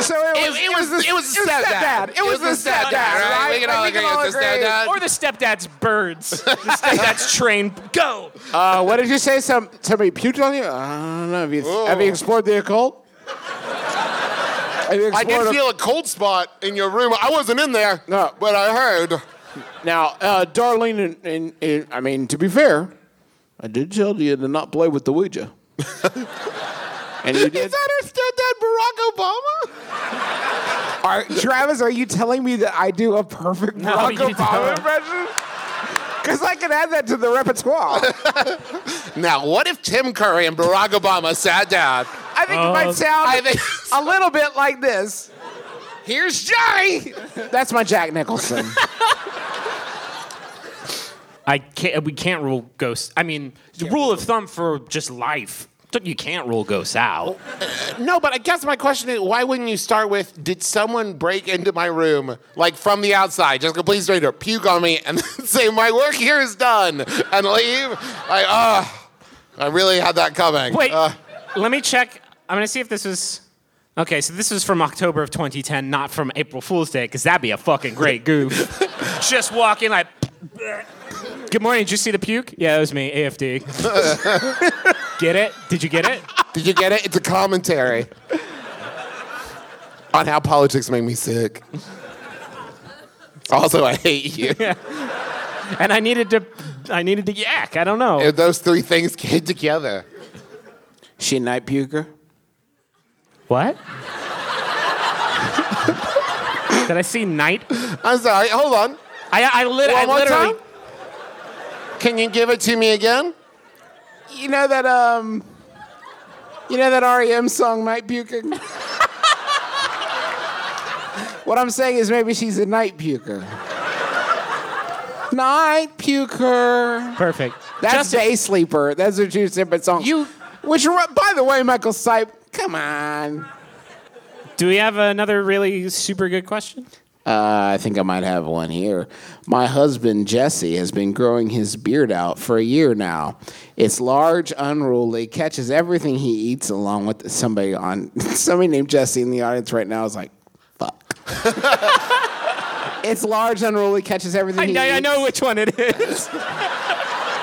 Speaker 3: So it
Speaker 5: It,
Speaker 3: was.
Speaker 5: it was it was
Speaker 3: it was
Speaker 5: stepdad.
Speaker 3: stepdad. It was the stepdad, right?
Speaker 5: We can
Speaker 3: Like,
Speaker 5: all
Speaker 3: we
Speaker 5: agree
Speaker 3: can all
Speaker 5: it's the
Speaker 3: agree.
Speaker 5: stepdad.
Speaker 11: Or the stepdad's birds. The
Speaker 5: [LAUGHS]
Speaker 11: stepdad's train. Go!
Speaker 3: Uh, what did you say? Some somebody puked on you? I don't know. Have you, have you explored the occult? Have you
Speaker 5: I
Speaker 3: explored
Speaker 5: did
Speaker 3: a-
Speaker 5: feel a cold spot in your room. I wasn't in there,
Speaker 3: No.
Speaker 5: but I heard.
Speaker 3: Now, uh, Darlene, and, and, and- I mean, to be fair, I did tell you to not play with the Ouija. and you did.
Speaker 5: understood that Barack Obama?
Speaker 3: Are, Travis, are you telling me that I do a perfect Barack
Speaker 4: you
Speaker 3: Obama
Speaker 4: don't.
Speaker 3: impression? Because I can add that to the repertoire.
Speaker 5: Now, what if Tim Curry and Barack Obama sat down?
Speaker 3: I think it
Speaker 4: Oh.
Speaker 3: might sound
Speaker 5: I think-
Speaker 3: a little bit like this.
Speaker 5: [LAUGHS] Here's Johnny.
Speaker 3: That's my Jack Nicholson.
Speaker 4: I can't. We can't rule ghosts. I mean, the rule of thumb for just life. You can't rule ghosts out.
Speaker 5: No, but I guess my question is, why wouldn't you start with, did someone break into my room, like from the outside, just a complete stranger, puke on me, and [LAUGHS] then say, my work here is done, and leave? Like, ah, I really had that coming.
Speaker 4: Wait,
Speaker 5: Uh,
Speaker 4: let me check. I'm gonna see if this was. Okay, so this is from October of 2010, not from April Fool's Day, because that'd be a fucking great goof.
Speaker 5: [LAUGHS]
Speaker 4: Just walking like. Good morning. Did you see the puke? Yeah, that was me.
Speaker 5: [LAUGHS]
Speaker 4: AFD. get it? Did you get it?
Speaker 5: did you get it? It's a commentary on how politics make me sick. Also, I hate [LAUGHS] you.
Speaker 4: And I needed to. I needed to yak. I don't know.
Speaker 5: And Those three things came together.
Speaker 3: she a [LAUGHS] night puker?
Speaker 4: what? Did I see night?
Speaker 5: I'm sorry. Hold on.
Speaker 4: I I, lit- I
Speaker 5: One more
Speaker 4: literally.
Speaker 5: time. Can you give it to me again?
Speaker 3: You know that um, you know that REM song, Night Puking. [LAUGHS] what I'm saying is maybe she's a night puker. Night puker.
Speaker 4: Perfect.
Speaker 3: That's
Speaker 4: Justin,
Speaker 3: day sleeper. That's a two separate song.
Speaker 4: You-
Speaker 3: which by the way, Michael Sipe. Come on.
Speaker 4: do we have another really super good question?
Speaker 3: Uh, I think I might have one here. My husband Jesse has been growing his beard out for a year now. It's large, unruly, catches everything he eats, along with somebody on [LAUGHS] somebody named Jesse in the audience right now is like,
Speaker 4: [LAUGHS]
Speaker 3: fuck. it's large, unruly, catches everything.
Speaker 4: I
Speaker 3: he
Speaker 4: know, I
Speaker 3: eats.
Speaker 4: know which one it is. [LAUGHS]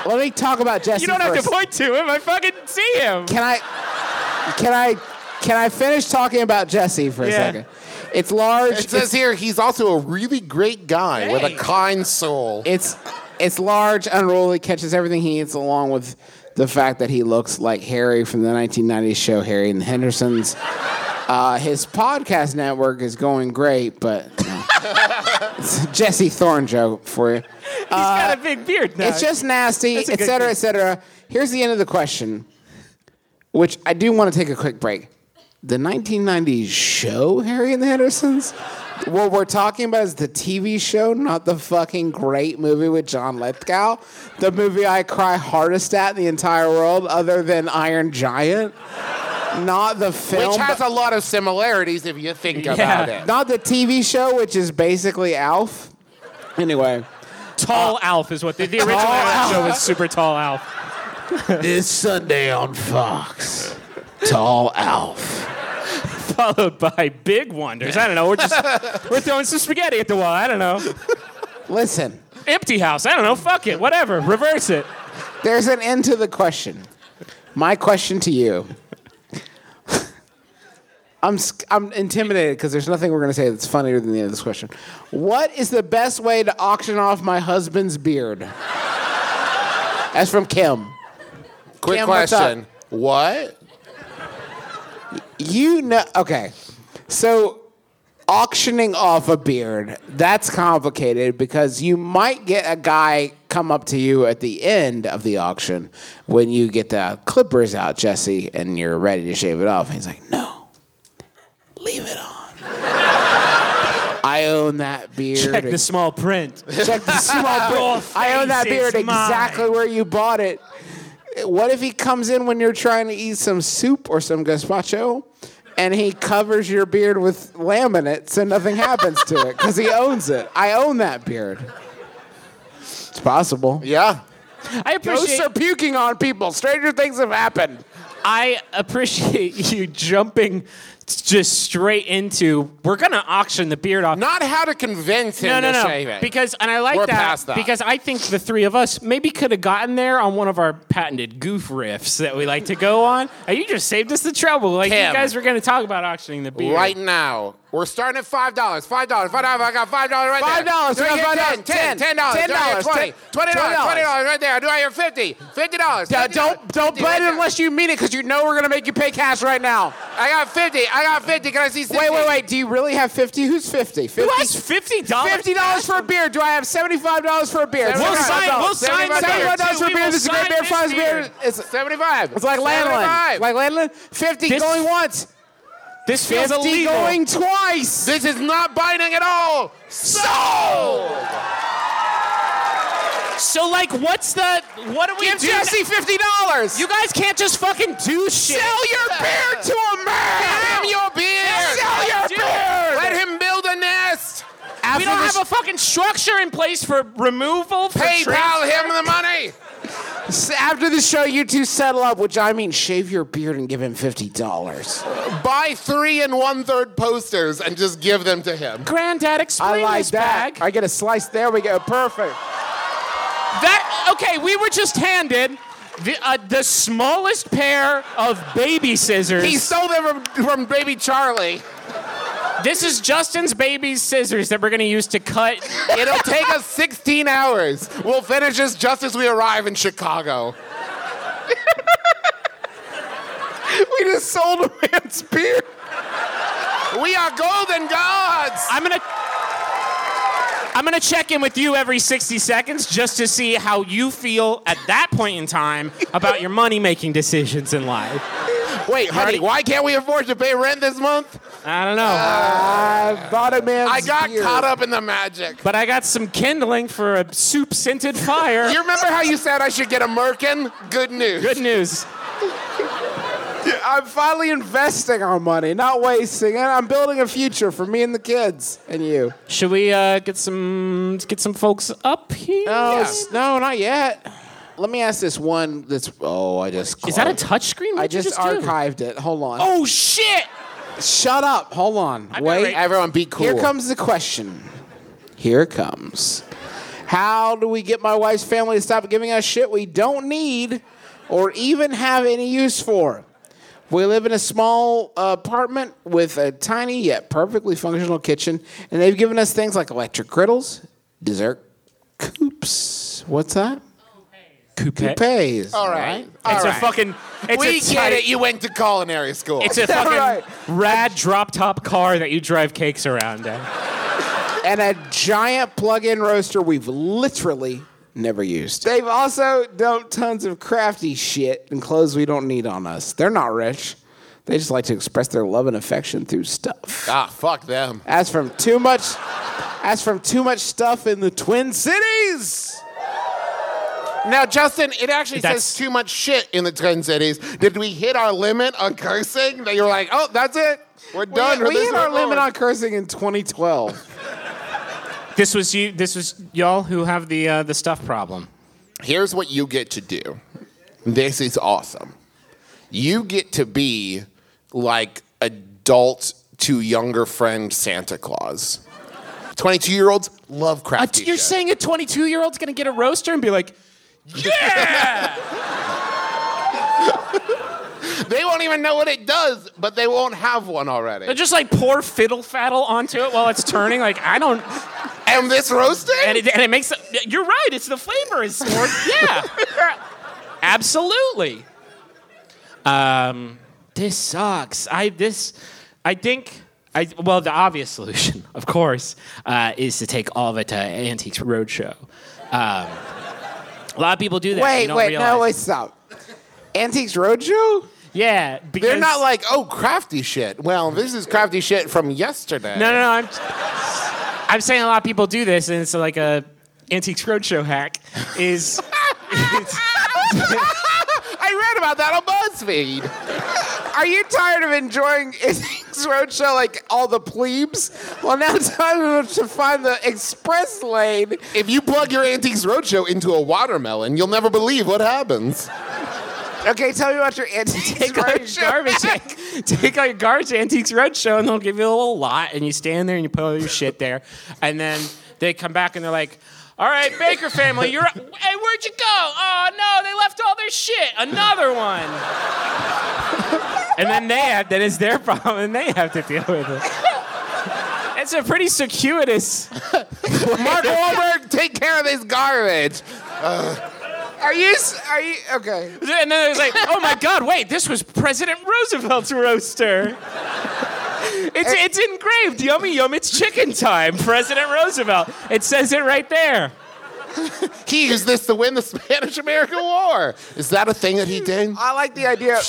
Speaker 3: Let me talk about Jesse.
Speaker 4: You don't have
Speaker 3: first.
Speaker 4: to point to him. I fucking see him.
Speaker 3: Can I? Can I? Can I finish talking about Jesse for a
Speaker 4: Yeah.
Speaker 3: second? It's large.
Speaker 5: It says here he's also a really great guy with a
Speaker 4: Hey.
Speaker 5: kind soul.
Speaker 3: It's it's large, unruly, catches everything he eats, along with the fact that he looks like Harry from the 1990s show Harry and the Hendersons. Uh, his podcast network is going great, but [LAUGHS] it's a Jesse Thorne joke for you.
Speaker 4: He's got a big beard now.
Speaker 3: It's just nasty,
Speaker 4: That's a
Speaker 3: etc.,
Speaker 4: good
Speaker 3: etc.
Speaker 4: thing.
Speaker 3: Here's the end of the question, which I do want to take a quick break. The 1990s show Harry and the Hendersons. What we're talking about is the TV show, not the fucking great movie with John Lithgow. The movie I cry hardest at in the entire world, other than Iron Giant. Not the film.
Speaker 5: Which has
Speaker 3: but-
Speaker 5: a lot of similarities if you think about it.
Speaker 3: not the TV show, which is basically Alf. Anyway.
Speaker 4: tall Alf is what the, the original
Speaker 3: Tall
Speaker 4: Uh, Alf show
Speaker 3: Alf.
Speaker 4: was. Super tall Alf.
Speaker 3: This Sunday on Fox, Tall Alf.
Speaker 4: [LAUGHS] Followed by Big Wonders. I don't know. We're [LAUGHS] just we're throwing some spaghetti at the wall. I don't know.
Speaker 3: Listen,
Speaker 4: Empty house. I don't know. Fuck it. Whatever. Reverse it.
Speaker 3: there's an end to the question. My question to you. I'm, sc- I'm intimidated because there's nothing we're going to say that's funnier than the end of this question. What is the best way to auction off my husband's beard? That's from Kim.
Speaker 5: Quick
Speaker 3: Kim, what's
Speaker 5: question. What?
Speaker 3: You know, okay. So auctioning off a beard, that's complicated because you might get a guy come up to you at the end of the auction when you get the clippers out, Jesse, and you're ready to shave it off. And he's like, no, leave it on. [LAUGHS] I own that beard.
Speaker 4: Check the small [LAUGHS] print.
Speaker 3: Check the small
Speaker 4: [LAUGHS] Your
Speaker 3: beard. I own that
Speaker 4: face
Speaker 3: beard
Speaker 4: is
Speaker 3: exactly
Speaker 4: mine.
Speaker 3: where you bought it. What if he comes in when you're trying to eat some soup or some gazpacho and he covers your beard with laminate so nothing happens to it because he owns it? I own that beard. It's possible.
Speaker 5: Yeah.
Speaker 4: I appreciate.
Speaker 3: Ghosts are puking on people. Stranger things have happened.
Speaker 4: [LAUGHS] I appreciate you jumping just straight into we're gonna auction the beard off.
Speaker 5: Not how to convince him
Speaker 4: no, no,
Speaker 5: to
Speaker 4: no.
Speaker 5: shave it.
Speaker 4: Because and I like
Speaker 5: We're
Speaker 4: that,
Speaker 5: past that.
Speaker 4: because I think the three of us maybe could have gotten there on one of our patented goof riffs that we like to go on. Uh, You just saved us the trouble. Like
Speaker 5: Tim.
Speaker 4: you guys were gonna talk about auctioning the beard.
Speaker 5: right now. We're starting at five dollars. Five dollars. Five dollars. I got five dollars right there.
Speaker 3: $5,
Speaker 5: Do I hear
Speaker 3: $5,
Speaker 5: ten? Ten.
Speaker 3: $10,
Speaker 5: Ten dollars. Do I hear
Speaker 3: $10,
Speaker 5: Twenty. Twenty dollars. Twenty dollars right there. Do I hear fifty? Fifty dollars.
Speaker 3: Uh, don't don't bet it unless you mean it, because you know we're gonna make you pay cash right now.
Speaker 5: I got fifty. I got fifty. Can I see? 60?
Speaker 3: Wait, wait, wait. Do you really have fifty? Who's fifty?
Speaker 4: Who
Speaker 3: Fifty.
Speaker 4: has fifty dollars?
Speaker 3: Fifty dollars for a beer. Do I have seventy-five dollars for a beer?
Speaker 4: We'll sign. We'll sign the
Speaker 3: Seventy-five
Speaker 4: beer.
Speaker 3: dollars for
Speaker 4: too.
Speaker 3: a
Speaker 4: We
Speaker 3: beer.
Speaker 4: will
Speaker 3: This is a great
Speaker 4: sign
Speaker 3: beer.
Speaker 4: this
Speaker 3: Five
Speaker 4: beer.
Speaker 3: beer. It's
Speaker 5: Seventy-five.
Speaker 3: it's like Landline.
Speaker 5: Seventy-five.
Speaker 3: Like Landline. Fifty
Speaker 4: This-
Speaker 3: going once.
Speaker 4: This feels
Speaker 3: Fifty
Speaker 4: illegal.
Speaker 3: going twice.
Speaker 5: this is not binding at all. So
Speaker 4: So like, what's the? What do we
Speaker 3: Give
Speaker 4: do?
Speaker 3: Jesse fifty dollars.
Speaker 4: You guys can't just fucking do shit.
Speaker 3: sell your beer to a man.
Speaker 5: damn your beard.
Speaker 3: Sell your
Speaker 4: Dude.
Speaker 3: beer.
Speaker 5: Let him build a nest.
Speaker 4: we don't have a fucking structure in place for removal. For trans-
Speaker 5: PayPal him the money.
Speaker 3: After the show, you two settle up, which I mean, shave your beard and give him fifty dollars.
Speaker 5: Buy three and one third posters and just give them to him.
Speaker 4: Granddad,
Speaker 3: I
Speaker 4: explain
Speaker 3: like
Speaker 4: this
Speaker 3: that.
Speaker 4: bag.
Speaker 3: I get a slice. There we go. Perfect.
Speaker 4: That okay? We were just handed the uh, the smallest pair of baby scissors.
Speaker 5: He stole them from, from Baby Charlie.
Speaker 4: this is Justin's baby scissors that we're gonna use to cut.
Speaker 5: It'll take us 16 hours. We'll finish this just as we arrive in Chicago.
Speaker 3: [LAUGHS] We just sold a man's beard.
Speaker 5: We are golden gods.
Speaker 4: I'm gonna. I'm gonna check in with you every 60 seconds just to see how you feel at that point in time about your money making decisions in life.
Speaker 5: Wait, honey, why can't we afford to pay rent this month?
Speaker 4: I don't know.
Speaker 3: I bought a man's
Speaker 5: I got
Speaker 3: beard.
Speaker 5: caught up in the magic.
Speaker 4: but I got some kindling for a soup scented fire.
Speaker 5: You remember how you said I should get a merkin? Good news.
Speaker 4: Good news.
Speaker 3: [LAUGHS] I'm finally investing our money, not wasting it. I'm building a future for me and the kids and you.
Speaker 4: Should we uh, get some get some folks up here?
Speaker 3: No, s- no, not yet. Let me ask this one. That's oh, I just
Speaker 4: Is that a touchscreen?
Speaker 3: I
Speaker 4: What'd you
Speaker 3: just,
Speaker 4: do?
Speaker 3: archived it. Hold on.
Speaker 4: Oh shit!
Speaker 3: Shut up. Hold on. Wait.
Speaker 4: ready.
Speaker 5: Everyone be cool.
Speaker 3: Here comes the question. Here it comes. How do we get my wife's family to stop giving us shit we don't need or even have any use for? We live in a small uh, apartment with a tiny yet perfectly functional kitchen, and they've given us things like electric griddles, dessert coops. What's that?
Speaker 4: Coupe.
Speaker 3: Pays.
Speaker 5: All right. All
Speaker 4: It's a
Speaker 5: right.
Speaker 4: fucking. It's
Speaker 5: we
Speaker 4: a
Speaker 5: get
Speaker 4: tight-
Speaker 5: it. You went to culinary school.
Speaker 4: It's [LAUGHS] a fucking
Speaker 3: right.
Speaker 4: rad drop top car that you drive cakes around in.
Speaker 3: and a giant plug-in roaster we've literally never used. They've also dumped tons of crafty shit and clothes we don't need on us. They're not rich. They just like to express their love and affection through stuff.
Speaker 5: ah, fuck them.
Speaker 3: As from too much as from too much stuff in the Twin Cities.
Speaker 5: Now, Justin, it actually
Speaker 4: That's-
Speaker 5: says too much shit in the Twin Cities. Did we hit our limit on cursing? That you're like, oh, that's it. We're done.
Speaker 3: we
Speaker 5: with
Speaker 3: we
Speaker 5: this
Speaker 3: hit our
Speaker 5: report."
Speaker 3: limit on cursing in 2012.
Speaker 4: This was you. This was y'all who have the uh, the stuff problem.
Speaker 5: Here's what you get to do. This is awesome. You get to be like adult to younger friend Santa Claus. 22 year olds love
Speaker 4: Uh,
Speaker 5: crafty
Speaker 4: you're
Speaker 5: shit.
Speaker 4: saying a 22 year old's gonna get a roaster and be like,
Speaker 5: they won't even know what it does, but they won't have one already.
Speaker 4: they just like pour fiddle faddle onto it while it's turning. Like I don't.
Speaker 5: [LAUGHS] and this roasting?
Speaker 4: And it, and it makes. it- You're right. It's the flavor is more.
Speaker 5: [LAUGHS]
Speaker 4: Yeah. Absolutely. Um, this sucks. I this. I think. I, well, the obvious solution, of course, uh, is to take all of it to Antiques Roadshow. Um, a lot of people do that.
Speaker 3: wait,
Speaker 4: You don't
Speaker 3: wait,
Speaker 4: realize.
Speaker 3: no, wait, stop. Antiques Roadshow?
Speaker 4: Yeah, because
Speaker 5: They're not like, oh, crafty shit. Well, this is crafty shit
Speaker 3: [LAUGHS]
Speaker 5: from yesterday.
Speaker 4: No, no, no. I'm, I'm saying a lot of people do this, and it's like a Antiques Roadshow hack. Is
Speaker 5: I read about that
Speaker 3: [LAUGHS]
Speaker 5: on BuzzFeed.
Speaker 3: Are you tired of enjoying [LAUGHS] Antiques Roadshow like all the plebes? Well, now it's time to find the express lane.
Speaker 5: If you plug your Antiques Roadshow into a watermelon, you'll never believe what happens.
Speaker 3: Okay, tell me about your antiques
Speaker 4: Take out, your garbage,
Speaker 3: [LAUGHS]
Speaker 4: take out your garbage antiques roadshow, and they'll give you a little lot, and you stand there and you put all your shit there, and then they come back and they're like, "All right, Baker family, you're. Hey, where'd you go? Oh no, they left all their shit. Another one." and then they have that is their problem, and they have to deal with it. It's a pretty circuitous.
Speaker 5: Mark Wahlberg, take care of this garbage.
Speaker 3: Are you? s- Are you? Okay.
Speaker 4: And then it's like, oh my God, wait, this was President Roosevelt's roaster. It's, it's engraved. Yummy, yum, it's chicken time. President Roosevelt. It says it right there.
Speaker 5: He used this to win the [LAUGHS] Spanish American War. Is that a thing that he did?
Speaker 3: I like the idea. I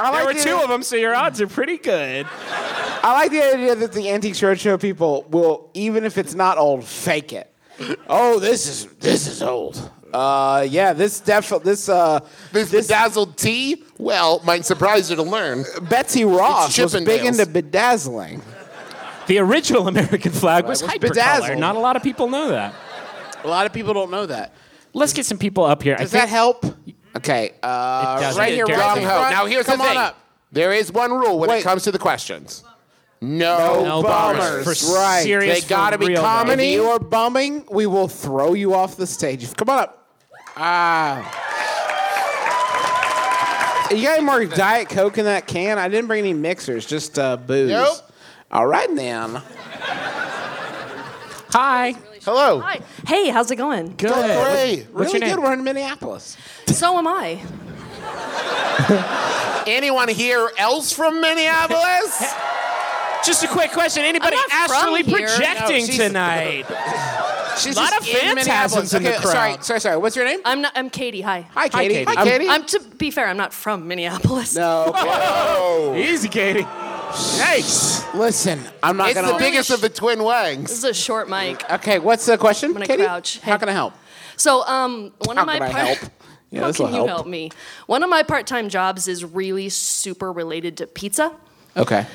Speaker 4: There
Speaker 3: like
Speaker 4: were
Speaker 3: the,
Speaker 4: two of them, so your odds are pretty good.
Speaker 3: I like the idea that the antiques roadshow people will, even if it's not old, fake it. Oh, this is this is old. Uh, yeah, this definitely this uh
Speaker 5: This bedazzled tea? Well, might surprise you to learn.
Speaker 3: Betsy Ross was big
Speaker 5: Chippendales.
Speaker 3: into bedazzling.
Speaker 4: The original American flag was
Speaker 3: was
Speaker 4: hypercolor.
Speaker 3: bedazzled.
Speaker 4: Not a lot of people know that.
Speaker 3: A lot of people don't know that.
Speaker 4: Let's get some people up here. I
Speaker 3: Does
Speaker 4: think
Speaker 3: that help? Okay, uh,
Speaker 4: It doesn't.
Speaker 3: right here,
Speaker 4: It
Speaker 3: right
Speaker 4: doesn't.
Speaker 3: in
Speaker 5: Ho,
Speaker 3: front.
Speaker 5: now here's
Speaker 3: Come
Speaker 5: the thing.
Speaker 3: on up.
Speaker 5: There is one rule when
Speaker 3: Wait.
Speaker 5: it comes to the questions. No,
Speaker 4: no
Speaker 3: bombers.
Speaker 4: bombers. For
Speaker 3: Right.
Speaker 4: serious,
Speaker 5: They gotta
Speaker 4: for
Speaker 5: be
Speaker 4: real
Speaker 5: common.
Speaker 4: bombers.
Speaker 3: If you are bumming, we will throw you off the stage. Come on up. Ah. You got any more Diet Coke in that can? I didn't bring any mixers, just uh, booze.
Speaker 5: Nope.
Speaker 3: All right, then.
Speaker 4: Hi.
Speaker 5: Hello.
Speaker 10: Hi. Hey, how's it going?
Speaker 4: Good.
Speaker 5: Hey.
Speaker 4: What's
Speaker 3: really
Speaker 4: your name?
Speaker 3: good. We're in Minneapolis.
Speaker 10: So am I.
Speaker 5: Anyone here else
Speaker 3: [LAUGHS]
Speaker 5: from Minneapolis?
Speaker 4: Just a quick question. Anybody
Speaker 10: I'm not from
Speaker 4: astrally
Speaker 10: here.
Speaker 4: projecting
Speaker 3: No, she's-
Speaker 4: tonight?
Speaker 3: She's
Speaker 4: Lot
Speaker 3: just
Speaker 4: of
Speaker 3: in
Speaker 4: phantasms
Speaker 3: Minneapolis.
Speaker 4: in the
Speaker 3: Okay,
Speaker 4: crowd.
Speaker 3: Sorry, sorry, sorry. What's your name?
Speaker 10: I'm not. I'm Katie. Hi.
Speaker 3: Hi, Katie.
Speaker 4: Katie.
Speaker 3: Hi, Katie.
Speaker 10: I'm to be fair. I'm not from Minneapolis.
Speaker 3: [LAUGHS] no,
Speaker 4: Easy, Katie. Nice.
Speaker 3: listen, I'm not
Speaker 5: it's
Speaker 3: gonna.
Speaker 5: the biggest of the twin wangs.
Speaker 10: [LAUGHS] This is a short mic.
Speaker 3: Okay, what's the question,
Speaker 10: gonna
Speaker 3: Katie?
Speaker 10: crouch.
Speaker 3: How
Speaker 10: Hey.
Speaker 3: can I help?
Speaker 10: So, um, one
Speaker 3: How
Speaker 10: of my
Speaker 3: can I
Speaker 10: part-
Speaker 3: help? Yeah,
Speaker 10: how
Speaker 3: this will
Speaker 10: can you
Speaker 3: help.
Speaker 10: help me? One of my part-time jobs is really super related to pizza.
Speaker 3: Okay.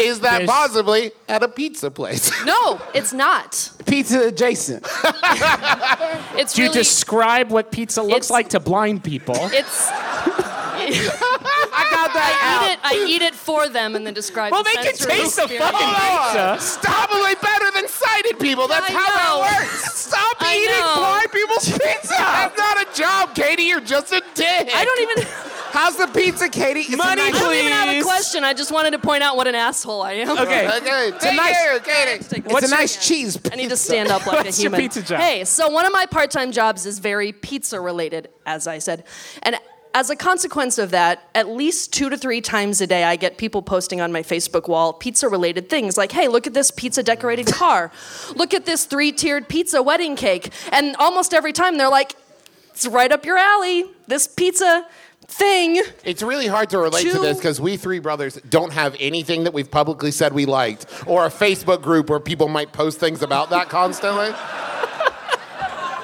Speaker 5: Is that
Speaker 4: There's-
Speaker 5: possibly at a pizza place?
Speaker 10: No, it's not.
Speaker 3: Pizza adjacent.
Speaker 10: It's
Speaker 4: Do you
Speaker 10: really.
Speaker 4: describe what pizza looks
Speaker 10: It's-
Speaker 4: like to blind people?
Speaker 10: it's.
Speaker 3: [LAUGHS]
Speaker 10: [LAUGHS]
Speaker 5: I got
Speaker 10: I eat
Speaker 5: that
Speaker 10: it. I eat it for them and then describe.
Speaker 4: well,
Speaker 10: the
Speaker 4: they can
Speaker 10: sensory
Speaker 4: taste the fucking
Speaker 10: experience.
Speaker 5: out.
Speaker 4: pizza.
Speaker 5: Stop probably better than sighted people. That's
Speaker 10: I
Speaker 5: how
Speaker 10: know.
Speaker 5: that works. Stop
Speaker 10: I
Speaker 5: eating
Speaker 10: know.
Speaker 5: blind people's pizza. That's not a job, Katie. You're just a dick.
Speaker 10: "Oh, I don't even.
Speaker 5: How's the pizza, Katie?
Speaker 4: Money,
Speaker 10: I don't even have a
Speaker 4: please.
Speaker 10: question. I just wanted to point out what an asshole I am.
Speaker 4: [LAUGHS] Okay.
Speaker 5: Okay, thank
Speaker 3: nice-
Speaker 5: you, Katie.
Speaker 10: Take-
Speaker 3: it's a nice cheese.
Speaker 10: I need to stand up like
Speaker 4: What's
Speaker 10: a
Speaker 4: your
Speaker 10: human.
Speaker 4: pizza job?
Speaker 10: Hey, so one of my part-time jobs is very pizza related, as I said. And as a consequence of that, at least 2 to 3 times a day I get people posting on my Facebook wall pizza related things like, "Hey, look at this pizza decorated car. Look at this three-tiered pizza wedding cake." And almost every time they're like, "It's right up your alley. This pizza thing."
Speaker 5: It's really hard to relate to
Speaker 10: Two-
Speaker 5: this because we three brothers don't have anything that we've publicly said we liked or a Facebook group where people might post things about that [LAUGHS] constantly.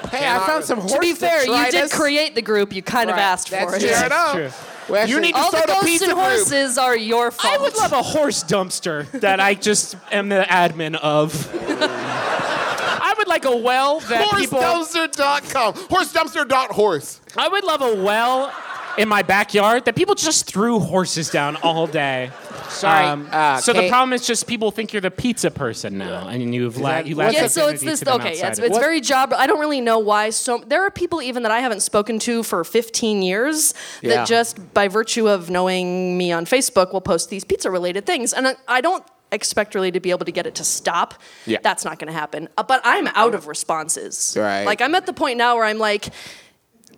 Speaker 3: Hey, I found some horse
Speaker 10: to be fair, you did
Speaker 3: detritus.
Speaker 10: create the group. You kind of
Speaker 3: Right,
Speaker 10: asked for
Speaker 3: that's
Speaker 10: it.
Speaker 5: Fair
Speaker 3: true.
Speaker 5: enough.
Speaker 4: true.
Speaker 3: We actually-
Speaker 5: You need to
Speaker 10: All the
Speaker 5: start a
Speaker 10: ghosts
Speaker 5: pizza
Speaker 10: and
Speaker 5: group.
Speaker 10: horses are your fault.
Speaker 4: I would love a horse dumpster that I just am the admin of. I would like a well that people.
Speaker 5: Horsedumpster.com. Horsedumpster.horse.
Speaker 4: I would love a well in my backyard that people just threw horses down all day. Sorry.
Speaker 3: uh,
Speaker 4: so the
Speaker 3: Kate-
Speaker 4: problem is just people think you're the pizza person now, and you've la-
Speaker 3: that-
Speaker 4: you lack
Speaker 10: yeah, so it's
Speaker 4: dignity
Speaker 10: this.
Speaker 4: to them
Speaker 10: Okay, yeah,
Speaker 4: outside
Speaker 10: it's,
Speaker 4: of it.
Speaker 10: it's very job. I don't really know why. So there are people even that I haven't spoken to for 15 years
Speaker 3: Yeah.
Speaker 10: that just by virtue of knowing me on Facebook will post these pizza related things, and I, I don't expect really to be able to get it to stop.
Speaker 3: Yeah.
Speaker 10: that's not going to happen. Uh, but I'm out of responses.
Speaker 3: Right.
Speaker 10: Like I'm at the point now where I'm like,